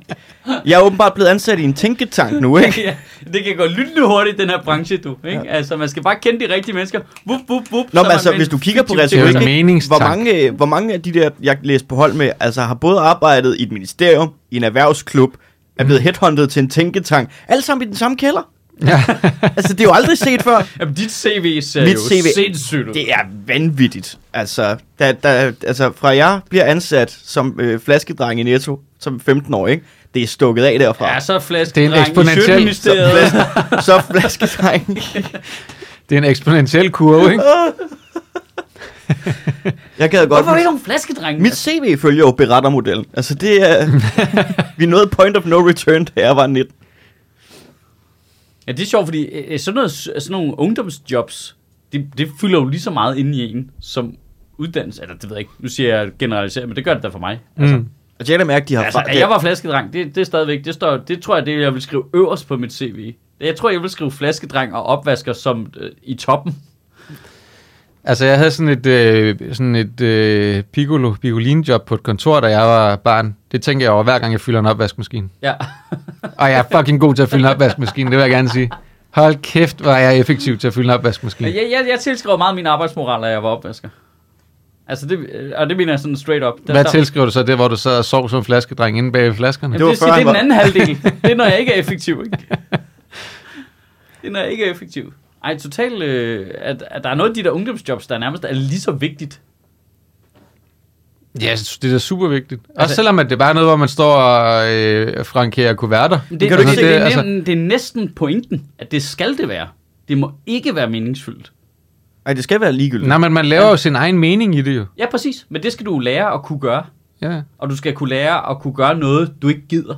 B: jeg er åbenbart blevet ansat i en tænketank nu, ikke?
A: ja, det kan gå lynende hurtigt, den her branche, du. Ikke? Ja. Altså, man skal bare kende de rigtige mennesker. Vup, vup, vup. så
B: Nå,
A: er
B: men
A: man
B: altså,
A: med
B: hvis
A: en
B: du kigger på
A: fiktiv
C: Det er jo
B: retorik,
A: teori.
C: en
B: ikke?
C: meningstank.
B: Hvor mange, øh, hvor mange af de der, jeg læste på hold med, altså har både arbejdet i et ministerium, i en erhvervsklub, er blevet headhunted til en tænketank. Alle sammen i den samme kælder.
C: Ja.
B: Altså, det er jo aldrig set før.
A: Jamen, dit CV ser
B: Mit
A: jo
B: CV
A: sindssygt ud.
B: Det er vanvittigt. Altså, da, da, altså fra jeg bliver ansat som øh, flaskedreng i Netto som 15 år, ikke? Det er stukket af derfra.
A: Ja, så er flaske
C: Det er en eksponentiel-
A: i
B: så,
A: Sjøtministeriet.
B: flas- så flaskedreng.
C: Det er en eksponentiel kurve, ikke?
B: Jeg gad godt...
A: Hvorfor er vi ikke nogen flaskedreng?
B: Mit CV følger jo berettermodellen. Altså, det er... vi nåede point of no return, da jeg var 19.
A: Ja, det er sjovt, fordi øh, sådan, noget, sådan nogle ungdomsjobs, det, det fylder jo lige så meget inde i en, som uddannelse. Eller det ved jeg ikke, nu siger jeg generaliseret, men det gør det da for mig.
C: Altså, mm.
B: Altså, jeg kan da mærke, de har...
A: Altså,
B: fa-
A: at jeg var flaskedreng, det, det er stadigvæk, det, står, det tror jeg, det jeg vil skrive øverst på mit CV. Jeg tror, jeg vil skrive flaskedreng og opvasker som øh, i toppen.
C: altså jeg havde sådan et, øh, sådan et øh, piccolo, piccoline-job på et kontor, da jeg var barn. Det tænker jeg over, hver gang jeg fylder en opvaskemaskine.
A: Ja.
C: Og jeg er fucking god til at fylde en opvaskemaskine, det vil jeg gerne sige. Hold kæft, hvor er jeg effektiv til at fylde en
B: Mm.
C: opvaskemaskine.
A: Men Jeg, jeg, jeg tilskriver meget min arbejdsmoral, at jeg var opvasker. Altså, det, øh, og det mener jeg sådan straight up. Der,
C: Hvad
A: der-
C: tilskriver du så det, hvor du sad og sov som flaskedreng inde bag flaskerne?
A: Jamen,
B: Det var
A: det, det,
B: før
A: det er
B: han
A: den
B: var-
A: anden halvdel. Det er, når jeg ikke er effektiv, ikke? Det er, når jeg ikke er effektiv. Ej, totalt, øh, at, at der er noget af de der ungdomsjobs, der nærmest er lige så vigtigt.
C: Ja, jeg synes, det er da super vigtigt. Også
A: Altså-
C: selvom at det bare er noget, hvor man står og øh, frankerer kuverter.
A: Det,
B: kan
A: kan
B: du
A: du
B: ikke
A: altså,
B: se,
A: det, det, er,
C: altså-
A: næsten- det er næsten pointen, at det skal det være. Det må ikke være meningsfyldt.
B: Ej, det skal være ligegyldigt.
C: Nej, men man laver jo sin egen mening i det jo.
A: Ja, præcis. Men det skal du lære at kunne gøre.
C: Ja,
A: Og du skal kunne lære at kunne gøre noget, du ikke gider.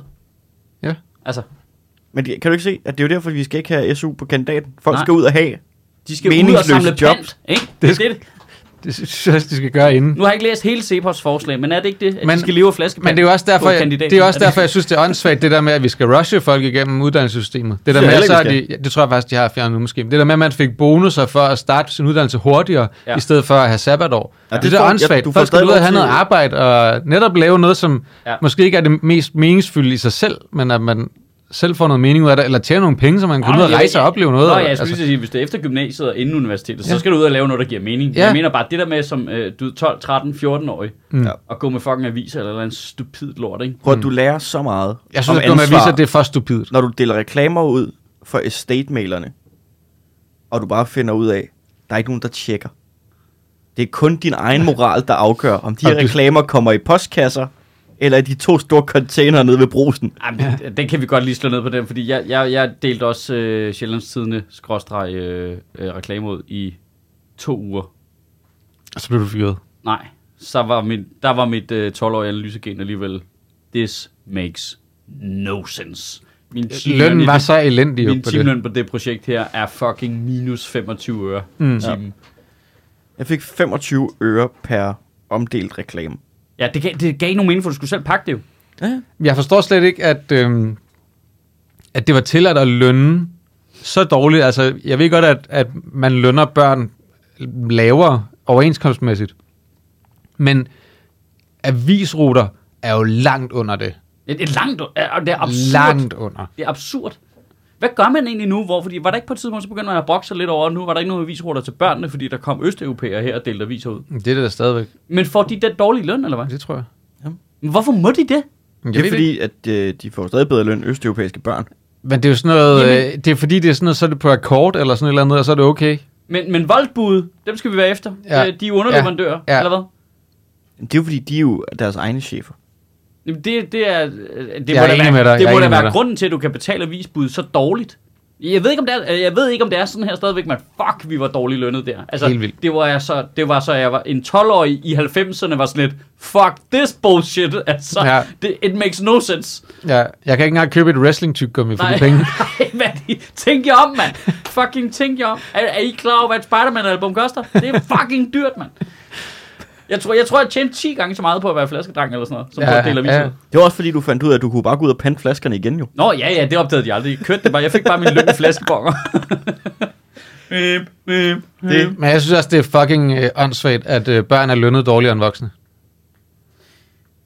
C: ja.
A: Altså,
B: Men det- kan du ikke se, at det er jo derfor, vi skal ikke have SU på kandidaten. Folk
A: Nej.
B: skal ud og have.
A: de skal ud og
B: Meningsløse
A: samle
B: jobs.
A: pant, ikke? Det,
C: Det
A: det,
C: skal-
A: det.
C: Det synes jeg også, de skal gøre inden.
A: Nu har jeg ikke læst hele Cepos forslag, men er det ikke det, at men,
C: Men-
A: de skal leve af flaskepant?
C: Men det er jo også
A: på
C: derfor, jeg,
A: kandidaten?
C: det er jo også
A: Er det-
C: derfor, jeg synes, det er åndssvagt, det der med, at vi skal rushe folk igennem uddannelsessystemet. Det der
B: Det
C: med,
B: synes
C: at så
B: jeg
C: er
B: heller ikke,
C: de, ja, det tror jeg faktisk, de har fjernet nu måske. Det der med, at man fik bonusser for at starte sin uddannelse hurtigere,
A: Ja.
C: ja. i stedet for at have sabbatår.
B: Ja,
C: Ja,
B: det
C: det, det er
B: får-
C: da
B: ja,
C: åndssvagt.
B: du får
C: folk skal
B: stadig
C: ud og
B: lov
C: have
B: til-
C: noget arbejde, og netop lave noget, som
A: Ja.
C: ja. måske ikke er det mest meningsfulde i sig selv, men at man selv får noget mening ud af det, eller tjener nogle penge, så man kan
A: Nå,
C: ud og
A: men det er
C: rejse
A: jo-
C: og opleve noget.
A: Nå, ja, jeg skulle
C: altså,
A: altså. sige, hvis det er efter gymnasiet og inden universitetet, ja. så
C: Ja.
A: skal du ud og lave noget, der giver mening. Ja.
C: Ja.
A: Jeg mener bare, det der med som øh, du er 12, 13, 14-årig,
C: Mm.
B: Ja.
A: og gå med fucking aviser eller, eller en stupid lort, ikke?
B: Prøv at du lærer så meget
C: jeg
B: om
C: synes, at når man
B: ansvar,
C: viser, at det er for stupidt.
B: når du deler reklamer ud for estate-mailerne, og du bare finder ud af, der er ikke nogen, der tjekker. Det er kun din egen moral, der afgør, om de her
C: Og du-
B: reklamer kommer i postkasser, eller i de to store containere nede ved brusen.
A: Jamen, det, den kan vi godt lige slå ned på den, fordi jeg, jeg, jeg delte også øh, Sjællandstidende skråstreg øh, øh, reklame ud i to uger.
C: Så bliver du fyret.
A: Nej, så var min, der var mit øh, 12-årige analysegen alligevel. This makes no sense. Min timeløn i
C: Lønnen var
A: det-
C: så elendig jo
A: Min
C: på det.
A: timeløn på det projekt her er fucking minus 25 øre mm. timen.
B: Jeg fik 25 øre per omdelt reklame.
A: Ja, det gav, det gav ikke nogen mening, for du skulle selv pakke det jo.
C: Jeg forstår slet ikke, at, øhm, at det var tilladt at lønne så dårligt. Altså, jeg ved godt, at, at man lønner børn lavere overenskomstmæssigt, men avisruter er jo langt under det.
A: Det det er langt, u- og det er absurd.
C: Langt under.
A: Det er absurd. Hvad gør man egentlig nu? Hvor, fordi, var der ikke på et tidspunkt, så begyndte man at brokke sig lidt over, at nu var der ikke nogen avisruter til børnene, fordi der kom østeuropæere her og delte aviser ud.
C: Det er det der stadigvæk.
A: Men får de den dårlige løn, eller hvad?
C: Det tror jeg.
A: Men hvorfor må de det?
C: jeg
B: Det er
C: ved
B: fordi, at øh, de får stadig bedre løn, østeuropæiske børn.
C: Men det er jo sådan noget,
A: Jamen-
C: øh, det er fordi, det er sådan noget, så er det på akkord eller sådan et eller andet, og så er det okay.
A: Men, men voldbud, dem skal vi være efter.
C: Ja.
A: Øh, De er jo underleverandører,
C: Ja. Ja.
A: eller hvad?
B: Det er jo fordi, de er jo deres egne chefer.
A: Jamen, Det, det er, øh, det
C: Jeg er
A: må da
C: enig
A: være,
C: med dig.
A: Det
C: Jeg er
A: må da
C: enig med
A: være
C: dig.
A: grunden til, at du kan betale avisbud så dårligt. Jeg ved, ikke, om det er, øh, jeg ved ikke, om det er sådan her stadigvæk, men fuck, vi var dårligt lønnet der. Altså,
C: Helt vildt.
A: Det var, jeg så, det var så, jeg var en 12-årig i 90'erne, var sådan lidt, fuck this bullshit, altså.
C: Ja.
A: Det, it makes no sense.
C: Ja, jeg kan ikke engang købe et wrestling tyggegummi for de penge.
A: Nej, hvad er det? tænk jer om, mand. Fucking tænk jer om. Er, er I klar over, hvad et Spider-Man-album koster? Det er fucking dyrt, mand. Jeg tror, jeg tror, jeg tjente 10 gange så meget på at være flaskedreng eller sådan noget, som ja, på at dele aviser. Ja.
B: Det var også fordi, du fandt ud af, at du kunne bare gå ud og pante flaskerne igen jo.
A: Nå, ja, ja, det opdagede de aldrig. Jeg kørte det bare. Jeg fik bare min løn i flaskebonger.
C: Øhm,
A: Bip, bip, bip.
B: Det-
C: Men jeg synes også, det er fucking øh, åndssvagt, at øh, børn er lønnet dårligere end voksne.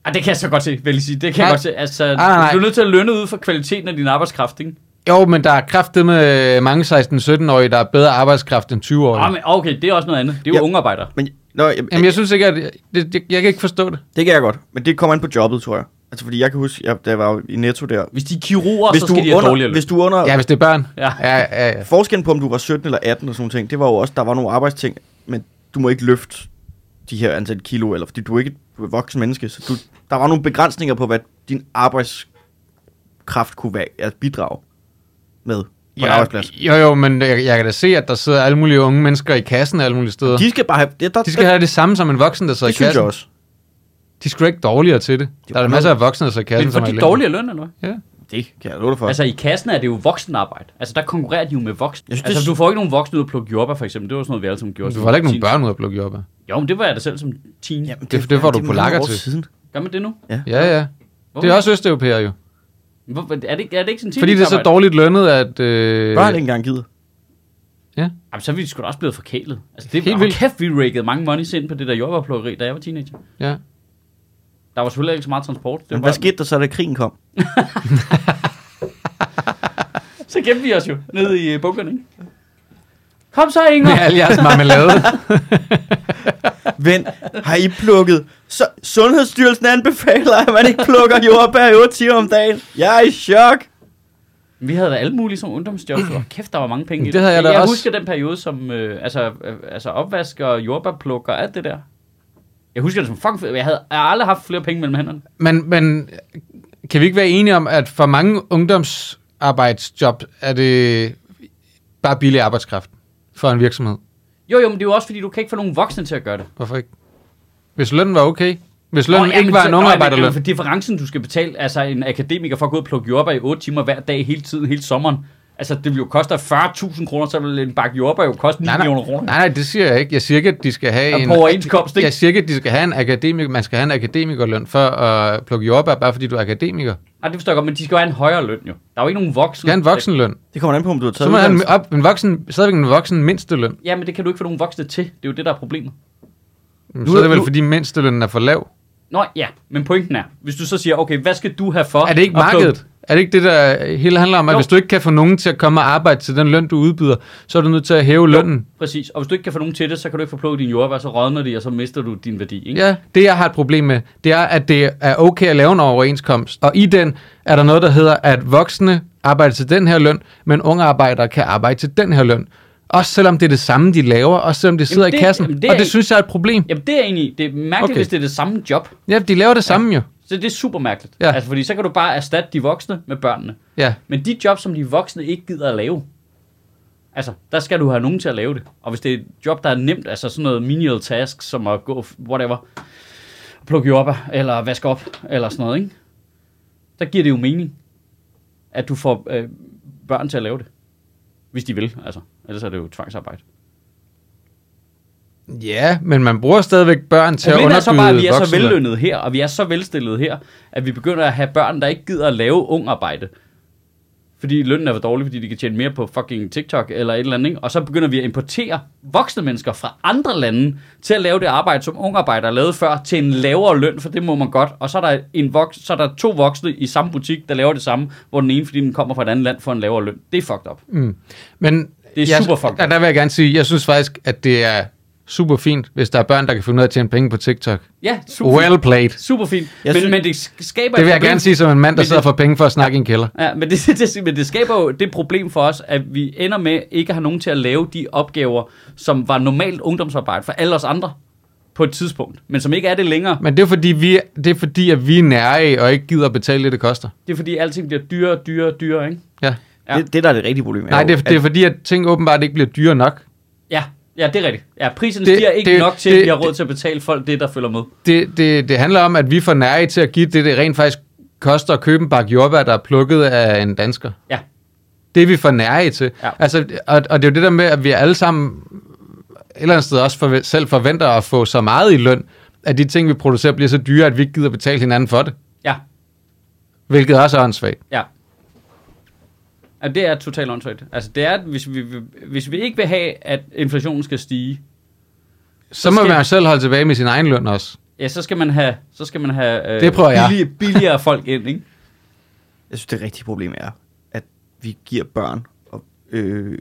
A: Ah, det kan jeg så godt se, vil jeg sige. Det kan
C: Nej.
A: jeg godt se. Altså,
C: nej, nej.
A: Du er nødt til at lønne ud for kvaliteten af din arbejdskraft, ikke?
C: Jo, men der er kraftet med øh, mange 16-17-årige, der er bedre arbejdskraft end 20-årige.
A: Ah, men okay, det er også noget andet. Det er jo
B: Ja.
A: unge arbejdere.
B: Men, nå, jamen,
C: Jamen, jeg synes ikke, at... øh, Det, det, jeg kan ikke forstå det.
B: det kan jeg godt. Men det kommer an på jobbet, tror jeg. Altså, fordi jeg kan huske, jeg, da jeg var i Netto der.
A: Hvis de er kirurger,
B: Hvis
A: så
B: du,
A: skal de have
B: under,
A: dårligere løn.
B: hvis du er under...
C: Ja, hvis det er børn.
A: Ja.
C: ja, ja, ja.
B: Forskellen på, om du var 17 eller 18 og sådan nogle ting, det var jo også, der var nogle arbejdsting, men du må ikke løfte de her antal kilo, eller fordi du er ikke et voksen menneske, så du, der var nogle begrænsninger på, hvad din arbejdskraft kunne være, altså bidrage med på ja, en arbejdsplads.
C: Jo, jo, men jeg, jeg kan da se, at der sidder alle mulige unge mennesker i kassen alle mulige steder. De,
B: De skal bare have... Det, der,
C: de skal have det samme som en voksen, der sidder
B: det
C: i
B: synes
C: kassen.
B: jeg også.
C: De skulle ikke dårligere til det.
B: Det
C: der er
B: var
C: da masser af voksne, der sidder i kassen.
A: Men får
C: som er
A: de
C: elever.
A: dårligere løn, eller hvad?
C: Ja.
B: Det kan jeg love dig for.
A: Altså i kassen er det jo voksenarbejde. Altså der konkurrerer de jo med voksne.
B: Jeg synes,
A: altså
B: det-
A: du får ikke nogen voksne ud at plukke jordbær for eksempel. Det var sådan noget, vi alle sammen gjorde.
C: Du
A: som
C: får heller ikke nogen
A: teen.
C: børn ud at plukke jordbær.
A: Jo, men det var jeg da selv som teen.
B: Jamen,
C: det- det får du
B: er
C: polakker
B: mange år
C: til.
B: Siden.
A: Gør man det nu?
C: Ja, ja. Det er
A: Hvorfor?
C: også østeuropæere jo.
A: Hvorfor, er, det, er det ikke sådan
C: Fordi det er så
A: teenagearbejde?
C: dårligt lønnet, at... Øh,
B: Børn ikke engang gider.
A: Jamen, så er vi sgu da også blevet forkælet. Altså, det,
C: Helt
A: Helt
C: vildt.
A: Kæft, vi rakede mange monies ind på det der jordbærplukkeri, da jeg var teenager.
C: ja.
A: Der var selvfølgelig ikke så meget transport. Det
B: Men
A: var,
B: hvad skete der så, da krigen kom?
A: Så gemte vi os jo nede i øh, bunkeren, ikke? Kom så, Inger!
C: Med alle jeres marmelade.
B: Vent, har I plukket? Så, Sundhedsstyrelsen anbefaler, at man ikke plukker jordbær i 8 timer om dagen. Jeg er i chok.
A: Vi havde da alle mulige som ungdomsjob, og kæft, der var mange penge i
C: Det havde jeg da
A: jeg
C: også.
A: husker den periode som øh, altså, øh, altså opvask og jordbærplukker og alt det der. Jeg husker det som fucking fedt. Jeg havde jeg har aldrig haft flere penge mellem hænderne.
C: Men, men kan vi ikke være enige om, at for mange ungdomsarbejdsjob er det bare billig arbejdskraft for en virksomhed?
A: Jo, jo, men det er jo også, fordi du kan ikke få nogen voksne til at gøre det.
C: Hvorfor ikke? Hvis lønnen var okay. Hvis lønnen
A: Nå,
C: ikke
A: men
C: var
A: så-
C: en
A: nej, men-
C: ungarbejderløn.
A: For differencen, du skal betale, altså en akademiker for at gå ud og plukke jordbær i 8 timer hver dag, hele tiden, hele sommeren. Altså, det vil jo koste dig 40.000 kroner, så vil en bakke jordbær jo koste 9
C: Nej,
A: millioner
C: nej,
A: kroner.
C: nej, nej, det siger jeg ikke. Jeg siger ikke, at de skal have
A: Og
C: en...
A: på overenskomst, ikke?
C: Jeg siger ikke, at de skal have en akademiker. Man skal have en akademikerløn for at plukke jordbær, bare fordi du er akademiker.
A: Nej, det forstår jeg godt, men de skal jo have en højere løn jo. Der er jo ikke nogen voksne.
C: Du skal have en voksenløn.
B: Det kommer an på, om du har taget
C: Så må han
B: uddannelse.
C: op, en voksen, stadigvæk en voksen mindsteløn.
A: Øh, Ja, men det kan du ikke få nogen voksne til. Det er jo det, der er problemet.
C: Jamen, Så er det vel, fordi mindstelønnen er for lav.
A: Nå ja, men pointen er, hvis du så siger, okay, hvad skal du have for?
C: Er det ikke
A: at plukke-
C: markedet? Er det ikke det, der hele handler om, at
A: Jo.
C: hvis du ikke kan få nogen til at komme og arbejde til den løn, du udbyder, så er du nødt til at hæve lønnen?
A: Præcis, og hvis du ikke kan få nogen til det, så kan du ikke få plukket din jordbær, så rådner de, og så mister du din værdi. Ikke?
C: Ja, det jeg har et problem med, det er, at det er okay at lave en overenskomst, og i den er der noget, der hedder, at voksne arbejder til den her løn, men unge arbejdere kan arbejde til den her løn. Også selvom det er det samme, de laver, også selvom de sidder
A: det-
C: i kassen,
A: jamen,
C: det
A: det
C: og
A: er
C: det
A: i-
C: synes jeg er et problem.
A: Jamen det er egentlig, det er mærkeligt,
C: Okay.
A: okay. hvis det er det samme job.
C: Ja, de laver det samme jo.
A: Så det er super mærkeligt.
C: Ja.
A: Ja. Altså, fordi så kan du bare erstatte de voksne med børnene.
C: Ja.
A: Men de job, som de voksne ikke gider at lave, altså, der skal du have nogen til at lave det. Og hvis det er et job, der er nemt, altså sådan noget menial task, som at gå, f- whatever, plukke jordbær, eller vaske op, eller sådan noget, ikke? Der giver det jo mening, at du får øh, børn til at lave det. Hvis de vil, altså. Ellers er det jo tvangsarbejde.
C: Ja, men man bruger stadigvæk børn til at
A: Problemet
C: underbyde
A: er så bare, at vi er så
C: voksenløn.
A: vellønnet her, og vi er så velstillede her, at vi begynder at have børn, der ikke gider at lave ung arbejde. fordi lønnen er for dårlig, fordi de kan tjene mere på fucking TikTok eller et eller andet. Ikke? Og så begynder vi at importere voksne mennesker fra andre lande til at lave det arbejde, som unge arbejdere lavede før, til en lavere løn, for det må man godt. Og så er der, en vok- så er der to voksne i samme butik, der laver det samme, hvor den ene, fordi den kommer fra et andet land, får en lavere løn. Det er fucked up.
C: Mm. Men
A: Det er
C: jeg,
A: super fucked
C: der, der vil jeg gerne sige, jeg synes faktisk, at det er super fint, hvis der er børn, der kan finde ud af at tjene penge på TikTok.
A: Ja, super
C: Super well played.
A: Super fint. Men,
B: Jeg
A: synes,
B: synes-
A: men det skaber
C: Det vil
A: et
C: jeg
A: problem.
C: gerne sige som en mand,
A: Men
C: der
A: det-
C: sidder for penge for at snakke i en kælder.
A: Ja, men det, det, men det skaber jo det problem for os, at vi ender med ikke at have nogen til at lave de opgaver, som var normalt ungdomsarbejde for alle os andre på et tidspunkt, men som ikke er det længere.
C: Men det er fordi, vi, det er fordi at vi er nære i, og ikke gider at betale det, det koster.
A: Det er fordi, alting bliver dyrere, dyrere, dyrere, ikke?
C: Ja.
A: Ja.
B: Det, det, der er det rigtige problem.
C: Nej, det er, det er fordi, at ting åbenbart ikke bliver dyre nok.
A: Ja, ja det er rigtigt. Ja, prisen
C: Det-
A: stiger ikke
C: det-
A: nok til, at
C: det-
A: vi har råd
C: det-
A: til at betale folk det, der følger med.
C: Det, det, det handler om, at vi er for nære i til at give det, det rent faktisk koster at købe en bakke jordbær, der er plukket af en dansker.
A: Ja.
C: Det er vi for nære i til.
A: Ja.
C: Altså, og, og det er jo det der med, at vi alle sammen et eller andet sted også forve- selv forventer at få så meget i løn, at de ting, vi producerer, bliver så dyre, at vi ikke gider betale hinanden for det.
A: Ja,
C: Hvilket også er åndssvagt.
A: ja. Ja, det er totalt åndssvagt. Altså, det er, at hvis vi, hvis vi ikke vil have, at inflationen skal stige,
C: Så må
A: skal-
C: man jo selv holde tilbage med sin egen løn også.
A: ja, så skal man have, så skal man have øh,
C: Det prøver jeg.
A: billige, billigere folk ind, ikke?
B: Jeg synes, det rigtige problem er, at vi giver børn og øh,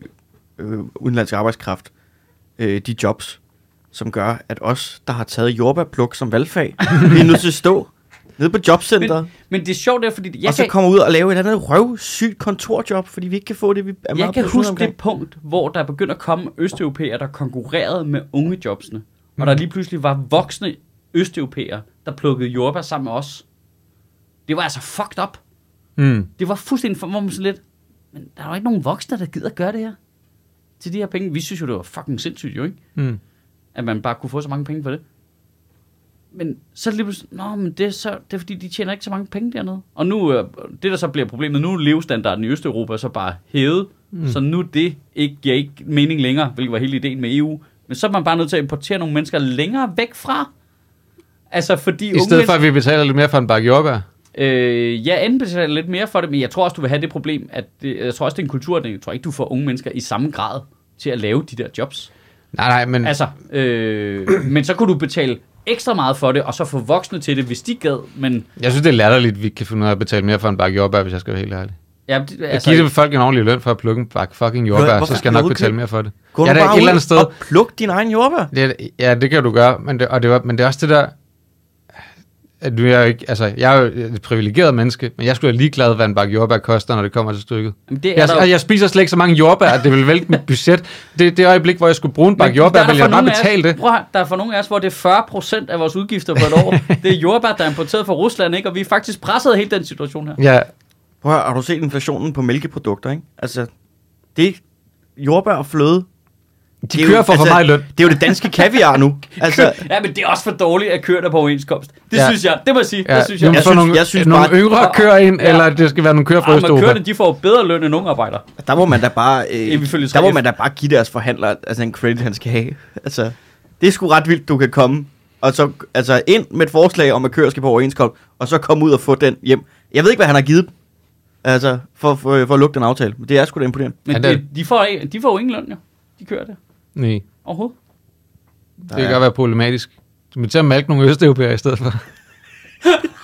B: øh, udenlandsk arbejdskraft øh, de jobs, som gør, at os, der har taget jordbærpluk som valgfag, vi er nødt til at stå nede på jobcenteret,
A: Men, men det er sjovt, det er, fordi jeg
B: og så
A: kan,
B: komme ud og lave et andet røvsygt kontorjob, fordi vi ikke kan få det, vi er meget
A: jeg kan
B: passionerede
A: huske
B: omkring.
A: det punkt, hvor der begyndte at komme østeuropæere, der konkurrerede med ungejobsene. Og
B: Mm.
A: der lige pludselig var voksne østeuropæere, der plukkede jordbær sammen med os. Det var altså fucked up.
C: Mm.
A: Det var fuldstændig for hvor man sådan lidt. Men der er jo ikke nogen voksne, der gider at gøre det her. Til de her penge. Vi synes jo, det var fucking sindssygt jo, ikke?
C: Mm.
A: At man bare kunne få så mange penge for det. Men så er det lige pludselig, nå, men det er, så, det er fordi, de tjener ikke så mange penge dernede. Og nu, øh, det der så bliver problemet, nu er levestandarden i Østeuropa så bare hævet, mm. så nu det ikke, giver ikke mening længere, hvilket var hele ideen med EU. Men så er man bare nødt til at importere nogle mennesker længere væk fra. Altså fordi
C: I stedet for, at vi betaler lidt mere for en bakke jordbær.
A: Øh, jeg anbefaler lidt mere for det, men jeg tror også, du vil have det problem, at det, jeg tror også, det er en kultur, jeg tror ikke, du får unge mennesker i samme grad til at lave de der jobs.
C: Nej, nej, men...
A: Altså, øh, men så kunne du betale ekstra meget for det, og så få voksne til det, hvis de gad, men...
C: Jeg synes, det er latterligt, at vi ikke kan finde ud af at betale mere for en bakke jordbær, hvis jeg skal være helt ærlig.
A: Ja, det,
C: Altså, at give det folk en ordentlig løn for at plukke en bakke fucking jordbær,
B: Hvorfor
C: så skal jeg
B: skal
C: nok
B: du
C: betale
B: ikke-
C: mere for det.
B: Gå
C: Ja,
B: nu
C: der er
B: bare
C: et eller
B: ud
C: andet sted-
B: og pluk din egen jordbær.
C: det er- ja, det kan du gøre, men det, og det var, men det er også det der... At nu er jeg, jo ikke, altså, jeg er jo et privilegeret menneske, men jeg skulle være ligeglad, hvad en bakke jordbær koster, når det kommer til stykket.
A: Jamen, det er
C: jeg,
A: der jo-
C: og jeg spiser slet ikke så mange jordbær, at det ville vælte mit budget. Det, det øjeblik, hvor jeg skulle bruge en bakke jordbær, ville jeg bare betale det.
A: Prøv, at høre, der er for nogle af os, hvor det er 40% af vores udgifter på et år. det er jordbær, der er importeret fra Rusland, ikke? Og vi er faktisk presset af hele den situation her.
C: Ja,
B: Prøv at, høre, har du set inflationen på mælkeprodukter, ikke? Altså, det er jordbær og fløde.
C: de
B: Det er
C: kører for
B: altså,
C: for meget løn.
B: Det er jo det danske kaviar nu. Altså, jeg
A: Ja, men det er også for dårligt, at køre der på overenskomst. Det
C: Ja.
A: synes jeg, det må jeg sige.
C: Ja,
A: det synes
C: du
A: jeg.
C: må
B: Jeg
C: få
B: synes-
C: nogle,
B: jeg synes
C: nogle
B: bare-
C: yngre kører ind,
A: Ja.
C: eller det skal være nogle kører fra
A: Ej, men
C: Østeuropa.
A: kørende, de får jo bedre løn end unge arbejdere.
B: Der må man da bare, øh,
A: Ifølge
B: der må
A: 3F.
B: man da bare give deres forhandler altså en credit, han skal have. Altså, det er sgu ret vildt, du kan komme. Og så altså, ind med et forslag om, at køer skal på overenskomst, og så komme ud og få den hjem. Jeg ved ikke, hvad han har givet dem. Altså, for, for, for at lukke den aftale. Men Det er sgu da imponerende.
A: Men
C: Ja,
A: ja,
C: det-
A: det, de, får, ikke- de får jo ingen løn, jo. De kører det.
C: Nej,
A: Overhovedet.
C: det kan godt være problematisk. Du må til at malke nogle østeuropæere i stedet for.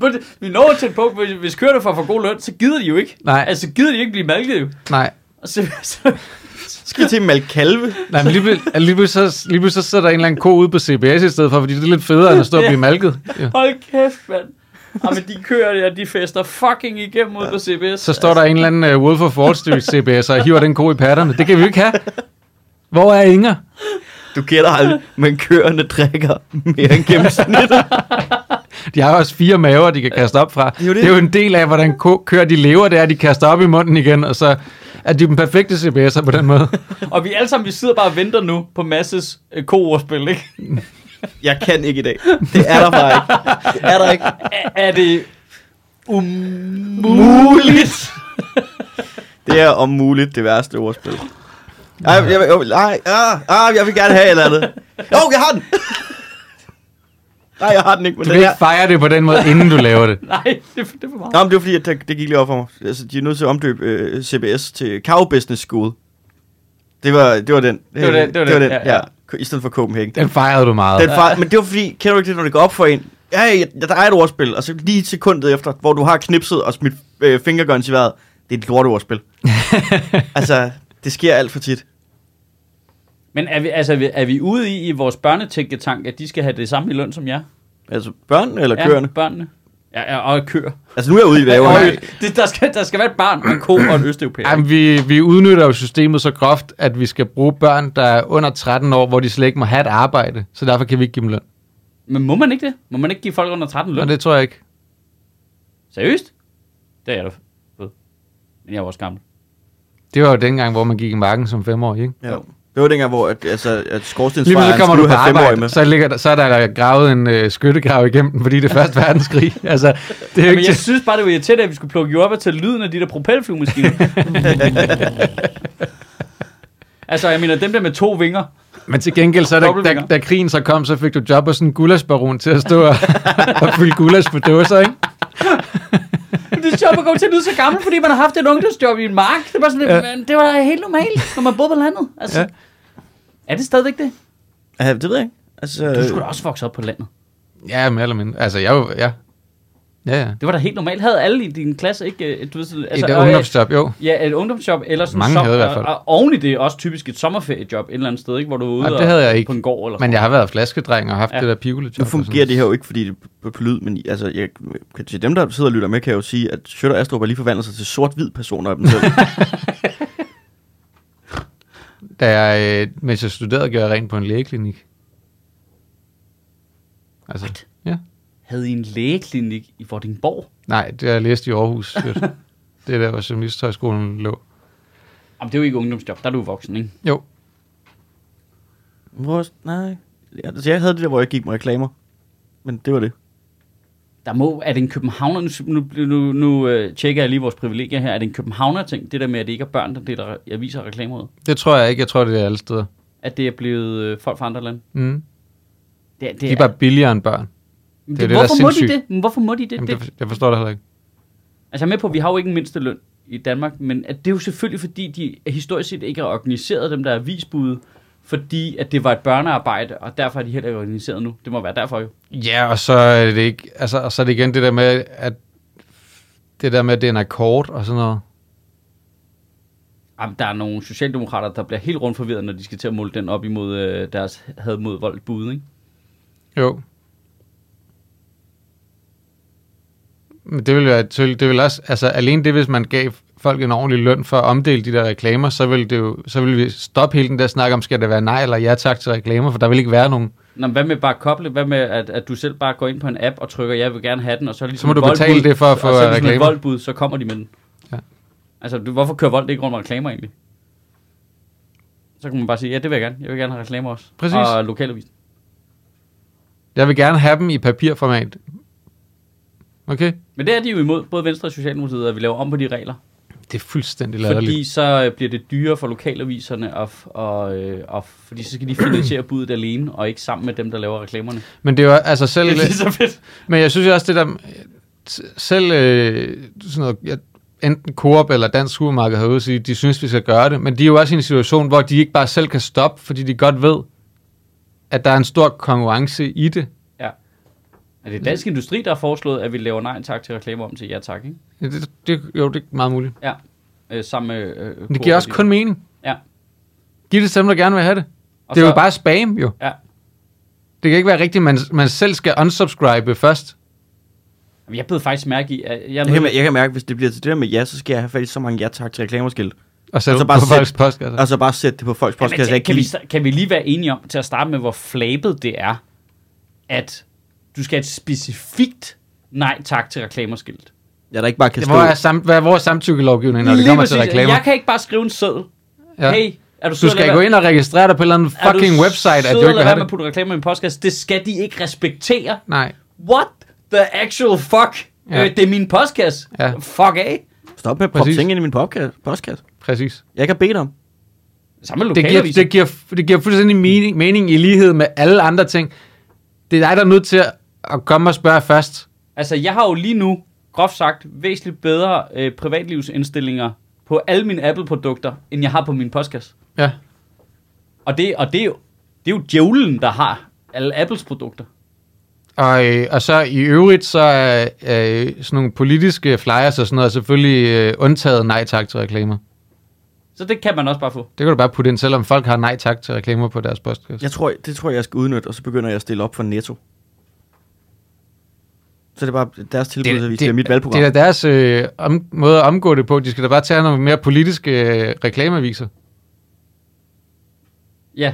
A: Men det- vi når til et punkt, hvis, hvis kører det for for god løn, så gider de jo ikke.
C: Nej.
A: Altså, så gider de ikke blive malket jo.
C: Nej,
A: Og så, så,
B: Skal til Malk Kalve.
C: Nej, men lige pludselig, lige pludselig, så, lige pludselig så sidder der en eller anden ko ude på CBS i stedet for, fordi det er lidt federe, end at stå og blive malket. Ja.
A: hold kæft, mand. Ej, men de kører det, og de fester fucking igennem ud på CBS.
C: Så står der en eller anden uh, Wolf of Wall Street CBS og hiver den ko i patterne. Det kan vi jo ikke have. Hvor er Inger?
B: Du gætter aldrig, men køerne drikker mere end gennemsnit.
C: De har også fire maver, de kan kaste op fra. Det er
B: jo
C: jo,
B: det.
C: det. Det er jo en del af, hvordan ko- køer de lever, det er, at de kaster op i munden igen, og så er de den perfekte CBS'er på den måde.
A: Altså, Og vi alle sammen, vi sidder bare og venter nu på Masses øh, koordspil, ikke?
B: Jeg kan ikke i dag. Det er der bare ikke. Det er der ikke.
A: Er, er det umuligt?
B: Muligt. Det er om muligt det værste ordspil. Ej, jeg, vil- jeg, vil- ej, ah, ah, jeg vil gerne have et eller andet. Jo, jeg har den! Nej, jeg har den ikke, men
C: Du
B: den
C: kan
B: her...
C: ikke fejre det på den måde, inden du laver det.
A: Nej, det, det er for meget.
B: Nå, men det var fordi, at det, det gik lige op for mig. Altså, de er nødt til at omdøbe øh, CBS til Cow Business School. Det var, det var den.
A: Det var den, det var den, ja, ja.
B: I stedet for Copenhagen. Den,
C: Den fejrede du meget.
B: den far, men det var fordi, kender du ikke det, når det går op for en? Ja, ja, ja, der er et ordspil, og så lige sekundet efter, hvor du har knipset og smidt øh, fingerguns i vejret, det er et lort ordspil. altså, det sker alt for tit.
A: Men er vi, altså, er vi, er vi ude i, i vores børnetænketank, at de skal have det samme i løn som jer?
B: Altså, børnene eller ja. køerne?
A: Ja, børnene. Ja, ja, og køer.
B: Altså, nu er jeg ude i væver.
A: Og, det, der, skal, der skal være et barn, og en ko og en østeuropæer.
C: Jamen, vi, vi udnytter jo systemet så groft, at vi skal bruge børn, der er under 13 år, hvor de slet ikke må have et arbejde. Så derfor kan vi ikke give dem løn.
A: Men må man ikke det? Må man ikke give folk under 13
C: Nå,
A: løn? Det...
C: det tror jeg ikke.
A: Seriøst? Det er jeg da ved. Men jeg er jo også gammel.
C: Det var jo dengang, hvor man gik i marken som femårig, ikke?
B: Ja. Det var dengang, hvor at, altså, at
C: Lige
B: skorstensfejeren
C: så kommer du
B: skulle
C: på
B: have femårige
C: arbejde,
B: med.
C: så, ligger der, så er der gravet en øh, skyttegrav igennem den, fordi det er første verdenskrig. altså, det er jo
A: Men
C: ikke...
A: jeg synes bare, det var irriterende, at vi skulle plukke jordbær til lyden af de der propelflyvemaskiner. altså, jeg mener, dem der med to vinger.
C: Men til gengæld, så da, da,
A: Dobbeltvinger.
C: da krigen så kom, så fik du job hos en gulasbaron til at stå og, og fylde gulas på dåser, ikke?
A: Men Det er sjovt at gå til at lyde så gammel, fordi man har haft et ungdomsjob i en mark. Det var, sådan, ja. det var helt normalt, når man boede på landet. Altså, ja.
C: Ja.
A: Er det stadigvæk det?
B: Ja, det ved jeg ikke. Altså,
A: Du skulle da også vokse op på landet.
C: Ja, mere eller mindre. Altså, jeg var... Ja, ja. ja.
A: Det var da helt normalt. Havde alle i din klasse ikke... øh, Du ved, sådan-
C: Altså,
A: altså,
C: et
A: og, øh,
C: ungdomsjob, jo.
A: Ja, et ungdomsjob, eller sådan
C: Mange
A: som-
C: havde i hvert fald.
A: Og, og oven i det også typisk et sommerferiejob et eller andet sted, ikke? hvor du er ude
C: Nej, det
A: og-
C: havde jeg ikke.
A: på en gård. Eller
C: Men jeg har været flaskedreng og haft
A: Ja.
C: ja. det der pivolejob.
B: Nu
C: og sådan
B: fungerer det her jo ikke, fordi det er på, på lyd, men I- altså, jeg, kan- til dem, der sidder og lytter med, kan jeg jo sige, at Sjøtter og Astrup har lige forvandlet sig til sort-hvid personer af dem selv.
C: Da jeg, øh, mens jeg studerede, gjorde jeg rent på en lægeklinik. Altså, What? ja.
A: Havde I en lægeklinik i Vordingborg?
C: Nej, det har jeg læst i Aarhus. det det er der, hvor Journalisthøjskolen lå.
A: Jamen, det er jo ikke ungdomsjob, der er du voksen, ikke?
C: Jo,
B: Hvor, nej. Ja, altså, jeg havde det der, hvor jeg gik med reklamer. Men det var det.
A: Der må, er det en københavner, nu, nu, nu, nu øh, tjekker jeg lige vores privilegier her, er det en københavner-ting, det der med, at det ikke er børn, der deler aviser og reklamer ud?
C: det tror jeg ikke. Jeg tror, det er alle steder.
A: At det er blevet øh, folk fra andre lande?
C: Mm.
A: Det, det
C: De er bare billigere end børn.
A: Men
C: det er det, der er
A: hvorfor må de
C: sindssygt.
A: det? Men hvorfor må de det?
C: Jamen,
A: det?
C: det, for- jeg forstår det heller ikke.
A: Altså jeg er med på, at vi har jo ikke en mindste løn i Danmark, men at det er jo selvfølgelig, fordi de historisk set ikke har organiseret dem, der er avisbude, fordi at det var et børnearbejde, og derfor er de heller ikke organiseret nu. Det må være derfor jo.
C: Ja, og så er det ikke, altså, og så er det igen det der med, at det der med, at det er en akkord og sådan noget.
A: Jamen, der er nogle socialdemokrater, der bliver helt rundt forvirret, når de skal til at måle den op imod øh, deres had mod vold bud, ikke?
C: Jo. Men det ville, være, tydeligt- det ville også, altså alene det, hvis man gav folk en ordentlig løn for at omdele de der reklamer, så ville, det jo, så ville vi stoppe hele den der snak om, skal det være nej eller ja tak til reklamer, for der vil ikke være nogen.
A: Nå, men hvad med bare at koble? Hvad med, at, at du selv bare går ind på en app og trykker, jeg vil gerne have den, og så ligesom
C: Så må
A: et
C: du betale
A: voldbud-
C: det for at få
A: og så ligesom et
C: reklamer.
A: voldbud, så kommer de med den.
C: Ja.
A: Altså, du, hvorfor kører vold ikke rundt med reklamer egentlig? Så kan man bare sige, ja, det vil jeg gerne. Jeg vil gerne have reklamer også.
C: Præcis.
A: Og lokalavis.
C: Jeg vil gerne have dem i papirformat. Okay?
A: Men det er de jo imod, både Venstre og Socialdemokratiet, at vi laver om på de regler.
C: Det er fuldstændig latterligt.
A: Fordi så øh, bliver det dyrere for lokalaviserne, og, f- og, øh, og, f- fordi så skal de finansiere buddet alene, og ikke sammen med dem, der laver reklamerne.
C: Men det er jo altså selv...
A: Det er lige så fedt.
C: Men jeg synes jo også, det der... Selv øh, sådan noget, ja, enten Coop eller Dansk Supermarked har ude at sige, de synes, vi skal gøre det, men de er jo også i en situation, hvor de ikke bare selv kan stoppe, fordi de godt ved, at der er en stor konkurrence i det.
A: Er det Dansk Industri, der har foreslået, at vi laver nej tak til reklamer om til ja tak, ikke?
C: Ja, det, det jo, det er meget muligt.
A: Ja. Øh, sammen med... Øh,
C: Men det giver også kun mening.
A: Ja.
C: Giv det til dem, der gerne vil have det.
A: Og
C: det er
A: så-
C: jo bare spam, jo.
A: Ja.
C: Det kan ikke være rigtigt, man, man selv skal unsubscribe først.
A: Jamen, Jeg blev faktisk mærke i, at jeg,
B: Jeg kan, mær- jeg kan mærke, hvis det bliver til det der med ja, så skal jeg have fat i så mange ja-tak til reklamerskilt.
C: Og sætte
B: Og så
C: altså
B: bare
C: bare på
B: sæt-
C: folks postkasser.
B: Og så bare sætte det på folks
A: Jamen,
B: postkasse.
A: kan,
B: jeg
A: kan, vi,
B: lide.
A: sta- kan vi lige være enige om, til at starte med, hvor flabet det er, at du skal have et specifikt nej tak til reklamerskilt.
B: Ja, der ikke bare kan stå.
C: Hvor er, sam, hvad er vores samtykkelovgivning, når det
A: Lige
C: kommer
A: præcis.
C: til reklamer?
A: Jeg kan ikke bare skrive en seddel. Ja.
C: Ja.
A: Hey, er du
C: Du
A: sød at lade
C: skal
A: være-
C: gå ind og registrere dig på en eller anden
A: er du
C: fucking website, at
A: sød
C: du ikke vil
A: lade være
C: have
A: med at
C: det.
A: putte reklamer i en podcast. Det skal de ikke respektere.
C: Nej.
A: What the actual fuck?
C: Ja.
A: Øh, det er min postkasse.
C: Ja.
A: Fuck af.
B: Stop med at proppe
C: Præcis.
B: ting ind i min popka- postkasse.
C: Præcis.
B: Jeg kan bede dig om.
A: Samme
C: Det giver,
A: lokalavis.
C: det, giver, det giver fuldstændig mening, mening i lighed med alle andre ting. Det er dig, der er nødt til at at komme og spørge først.
A: Altså, jeg har jo lige nu, groft sagt, væsentligt bedre øh, privatlivsindstillinger på alle mine Apple-produkter, end jeg har på min postkasse.
C: Ja.
A: Og det, og det, er, jo, det er jo djævlen, der har alle Apples produkter.
C: Og, øh, og så i øvrigt, så er øh, sådan nogle politiske flyers og sådan noget selvfølgelig øh, undtaget nej tak til reklamer.
A: Så det kan man også bare få.
C: Det kan du bare putte ind, selvom folk har nej tak til reklamer på deres postkasse.
B: Jeg tror, det tror jeg, jeg skal udnytte, og så begynder jeg at stille op for Netto. Så det er bare deres tilbud, det, det, det er mit valgprogram.
C: Det er da deres øh, om, måde at omgå det på. De skal da bare tage nogle mere politiske øh, reklameaviser.
A: Ja,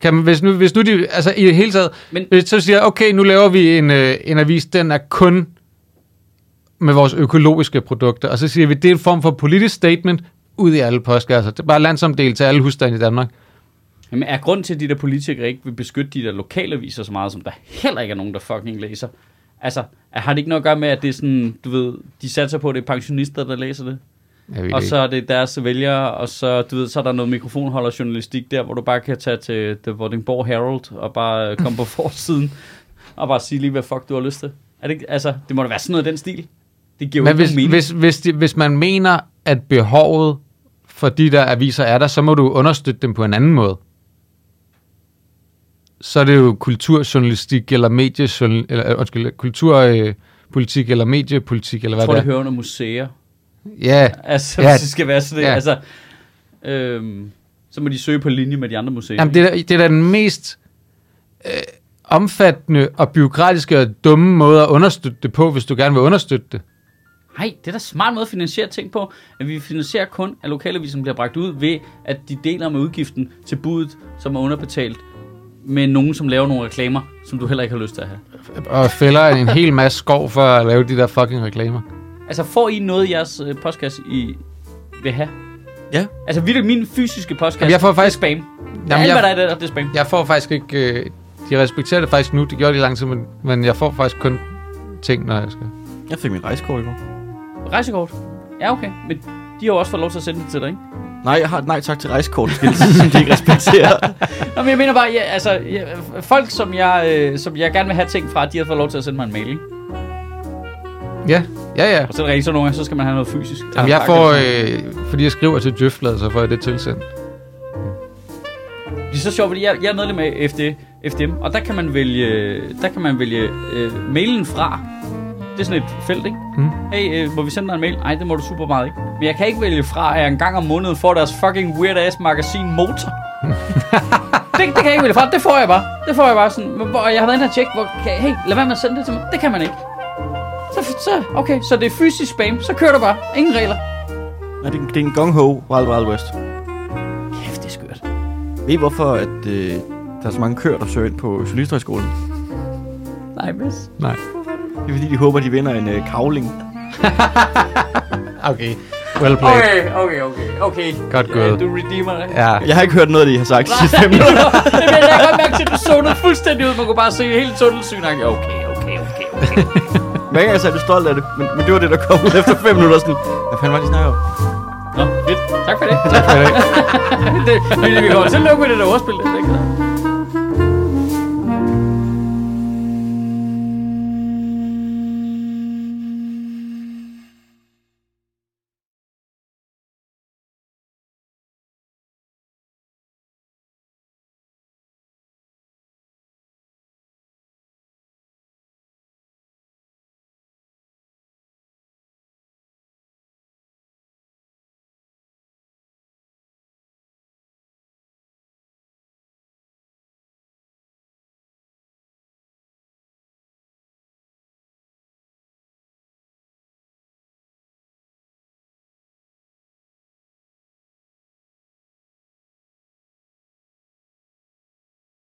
C: Kan man, hvis, nu, hvis nu de, altså i det hele taget,
A: Men-
C: Men, hvis så siger, okay, nu laver vi en, øh, en avis, den er kun med vores økologiske produkter, og så siger vi, det er en form for politisk statement ud i alle postkasser. Det er bare landsomdel til alle husstande i Danmark.
A: Jamen, er grund til, at de der politikere ikke vil beskytte de der lokalaviser så meget, som der heller ikke er nogen, der fucking læser? Altså, er- har det ikke noget at gøre med, at det er sådan, du ved, de satser på, at det er pensionister, der læser det?
C: Jeg ved
A: Og
C: det
A: så er det deres vælgere, og så, du ved, så er der noget mikrofonholderjournalistik der, hvor du bare kan tage til The Vordingborg Herald og bare øh, komme på forsiden og bare sige lige, hvad fuck du har lyst til. Er det, ikke- altså, det må da være sådan noget i den stil. Det giver
C: ikke.
A: jo
C: Men
A: ikke
C: hvis,
A: nogen mening.
C: hvis, hvis, de, hvis man mener, at behovet for de der aviser er der, så må du understøtte dem på en anden måde. Så er det jo kulturjournalistik eller mediejournal, eller, øh, undskyld, kulturpolitik eller mediepolitik, eller
A: jeg
C: hvad
A: tror,
C: det
A: det
C: er.
A: hører under museer.
C: Ja,
A: Altså, ja.
C: Ja.
A: hvis det skal være sådan det. Ja.
C: Ja.
A: Altså, øhm, så må de søge på linje med de andre museer.
C: Jamen, det er, da- det er da den mest øh, omfattende og byråkratiske og dumme måde at understøtte det på, hvis du gerne vil understøtte det.
A: Nej, det er da smart måde at finansiere ting på, at vi finansierer kun, at lokalavisen bliver bragt ud ved, at de deler med udgiften til budet, som er underbetalt, med nogen, som laver nogle reklamer, som du heller ikke har lyst til at have.
C: Og fælder en hel masse skov for at lave de der fucking reklamer.
A: Altså, får I noget, jeres øh, postkasse I vil have?
B: Ja.
A: Altså, virkelig min fysiske postkasse,
C: Jamen, jeg får
A: det er
C: faktisk-
A: spam. Jamen, Alt,
C: jeg-
A: hvad der er der, det er spam.
C: Jeg får faktisk ikke... Øh, de respekterer det faktisk nu, det gjorde de lang tid, men, men jeg får faktisk kun ting, når jeg skal.
B: Jeg fik min rejsekort i går.
A: Rejsekort? Ja, okay. Men de har jo også fået lov til at sende det til dig, ikke?
B: Nej, jeg har et nej tak til rejsekort, som de ikke respekterer.
A: Nå, men jeg mener bare, ja, altså, ja, folk, som jeg, øh, som jeg gerne vil have ting fra, de har fået lov til at sende mig en mail, ikke?
C: Ja, ja, ja.
A: Og så er det rigtigt, så nogle gange, så skal man have noget fysisk.
C: Jamen,
A: Eller
C: jeg
A: pakke
C: får...
A: det.
C: Øh, fordi jeg skriver til Djøflad, så får jeg det tilsendt.
A: Det er så sjovt, fordi jeg, jeg er medlem af FD, FDM, og der kan man vælge, der kan man vælge øh, mailen fra. Det er sådan et felt, ikke?
C: Mm.
A: Hey, øh, må vi sende dig en mail? Nej, det må du super meget ikke. Men jeg kan ikke vælge fra, at jeg en gang om måneden får deres fucking weird ass magasin Motor. det, det kan jeg ikke vælge fra. Det får jeg bare. Det får jeg bare sådan. Men hvor, og jeg har været inde og tjekke, hvor, kan, hey, lad være med at sende det til mig. Det kan man ikke. Så, så, okay, så det er fysisk spam. Så kører du bare. Ingen regler.
B: Nej, det, er en- det er en gung-ho Wild Wild West.
A: Kæft, det er skørt.
B: Ved I hvorfor, at øh, der er så mange køer, der søger ind på Journalisthøjskolen?
A: Nej, miss.
C: Nej.
B: Det er fordi, de håber, de vinder en øh, kavling.
C: Okay. Well played. Okay.
A: Okay, okay, okay. okay.
C: Godt gået.
A: du redeemer dig.
C: Ja.
B: Jeg har ikke hørt noget af det, I har sagt de sidste fem
A: Nej,
B: minutter.
A: jeg kan godt mærke til, at du så noget fuldstændig ud. Man kunne bare se hele tunnelsynet. Okay, okay, okay, okay.
B: Hver gang jeg sagde, du er stolt af det, men, men det var det, der kom ud efter fem minutter. Sådan, hvad fanden var det, de snakker om?
A: Nå, fedt. Tak for det. Tak for det. det, det, vi kommer til at lukke med det der ordspil. Det er ikke noget.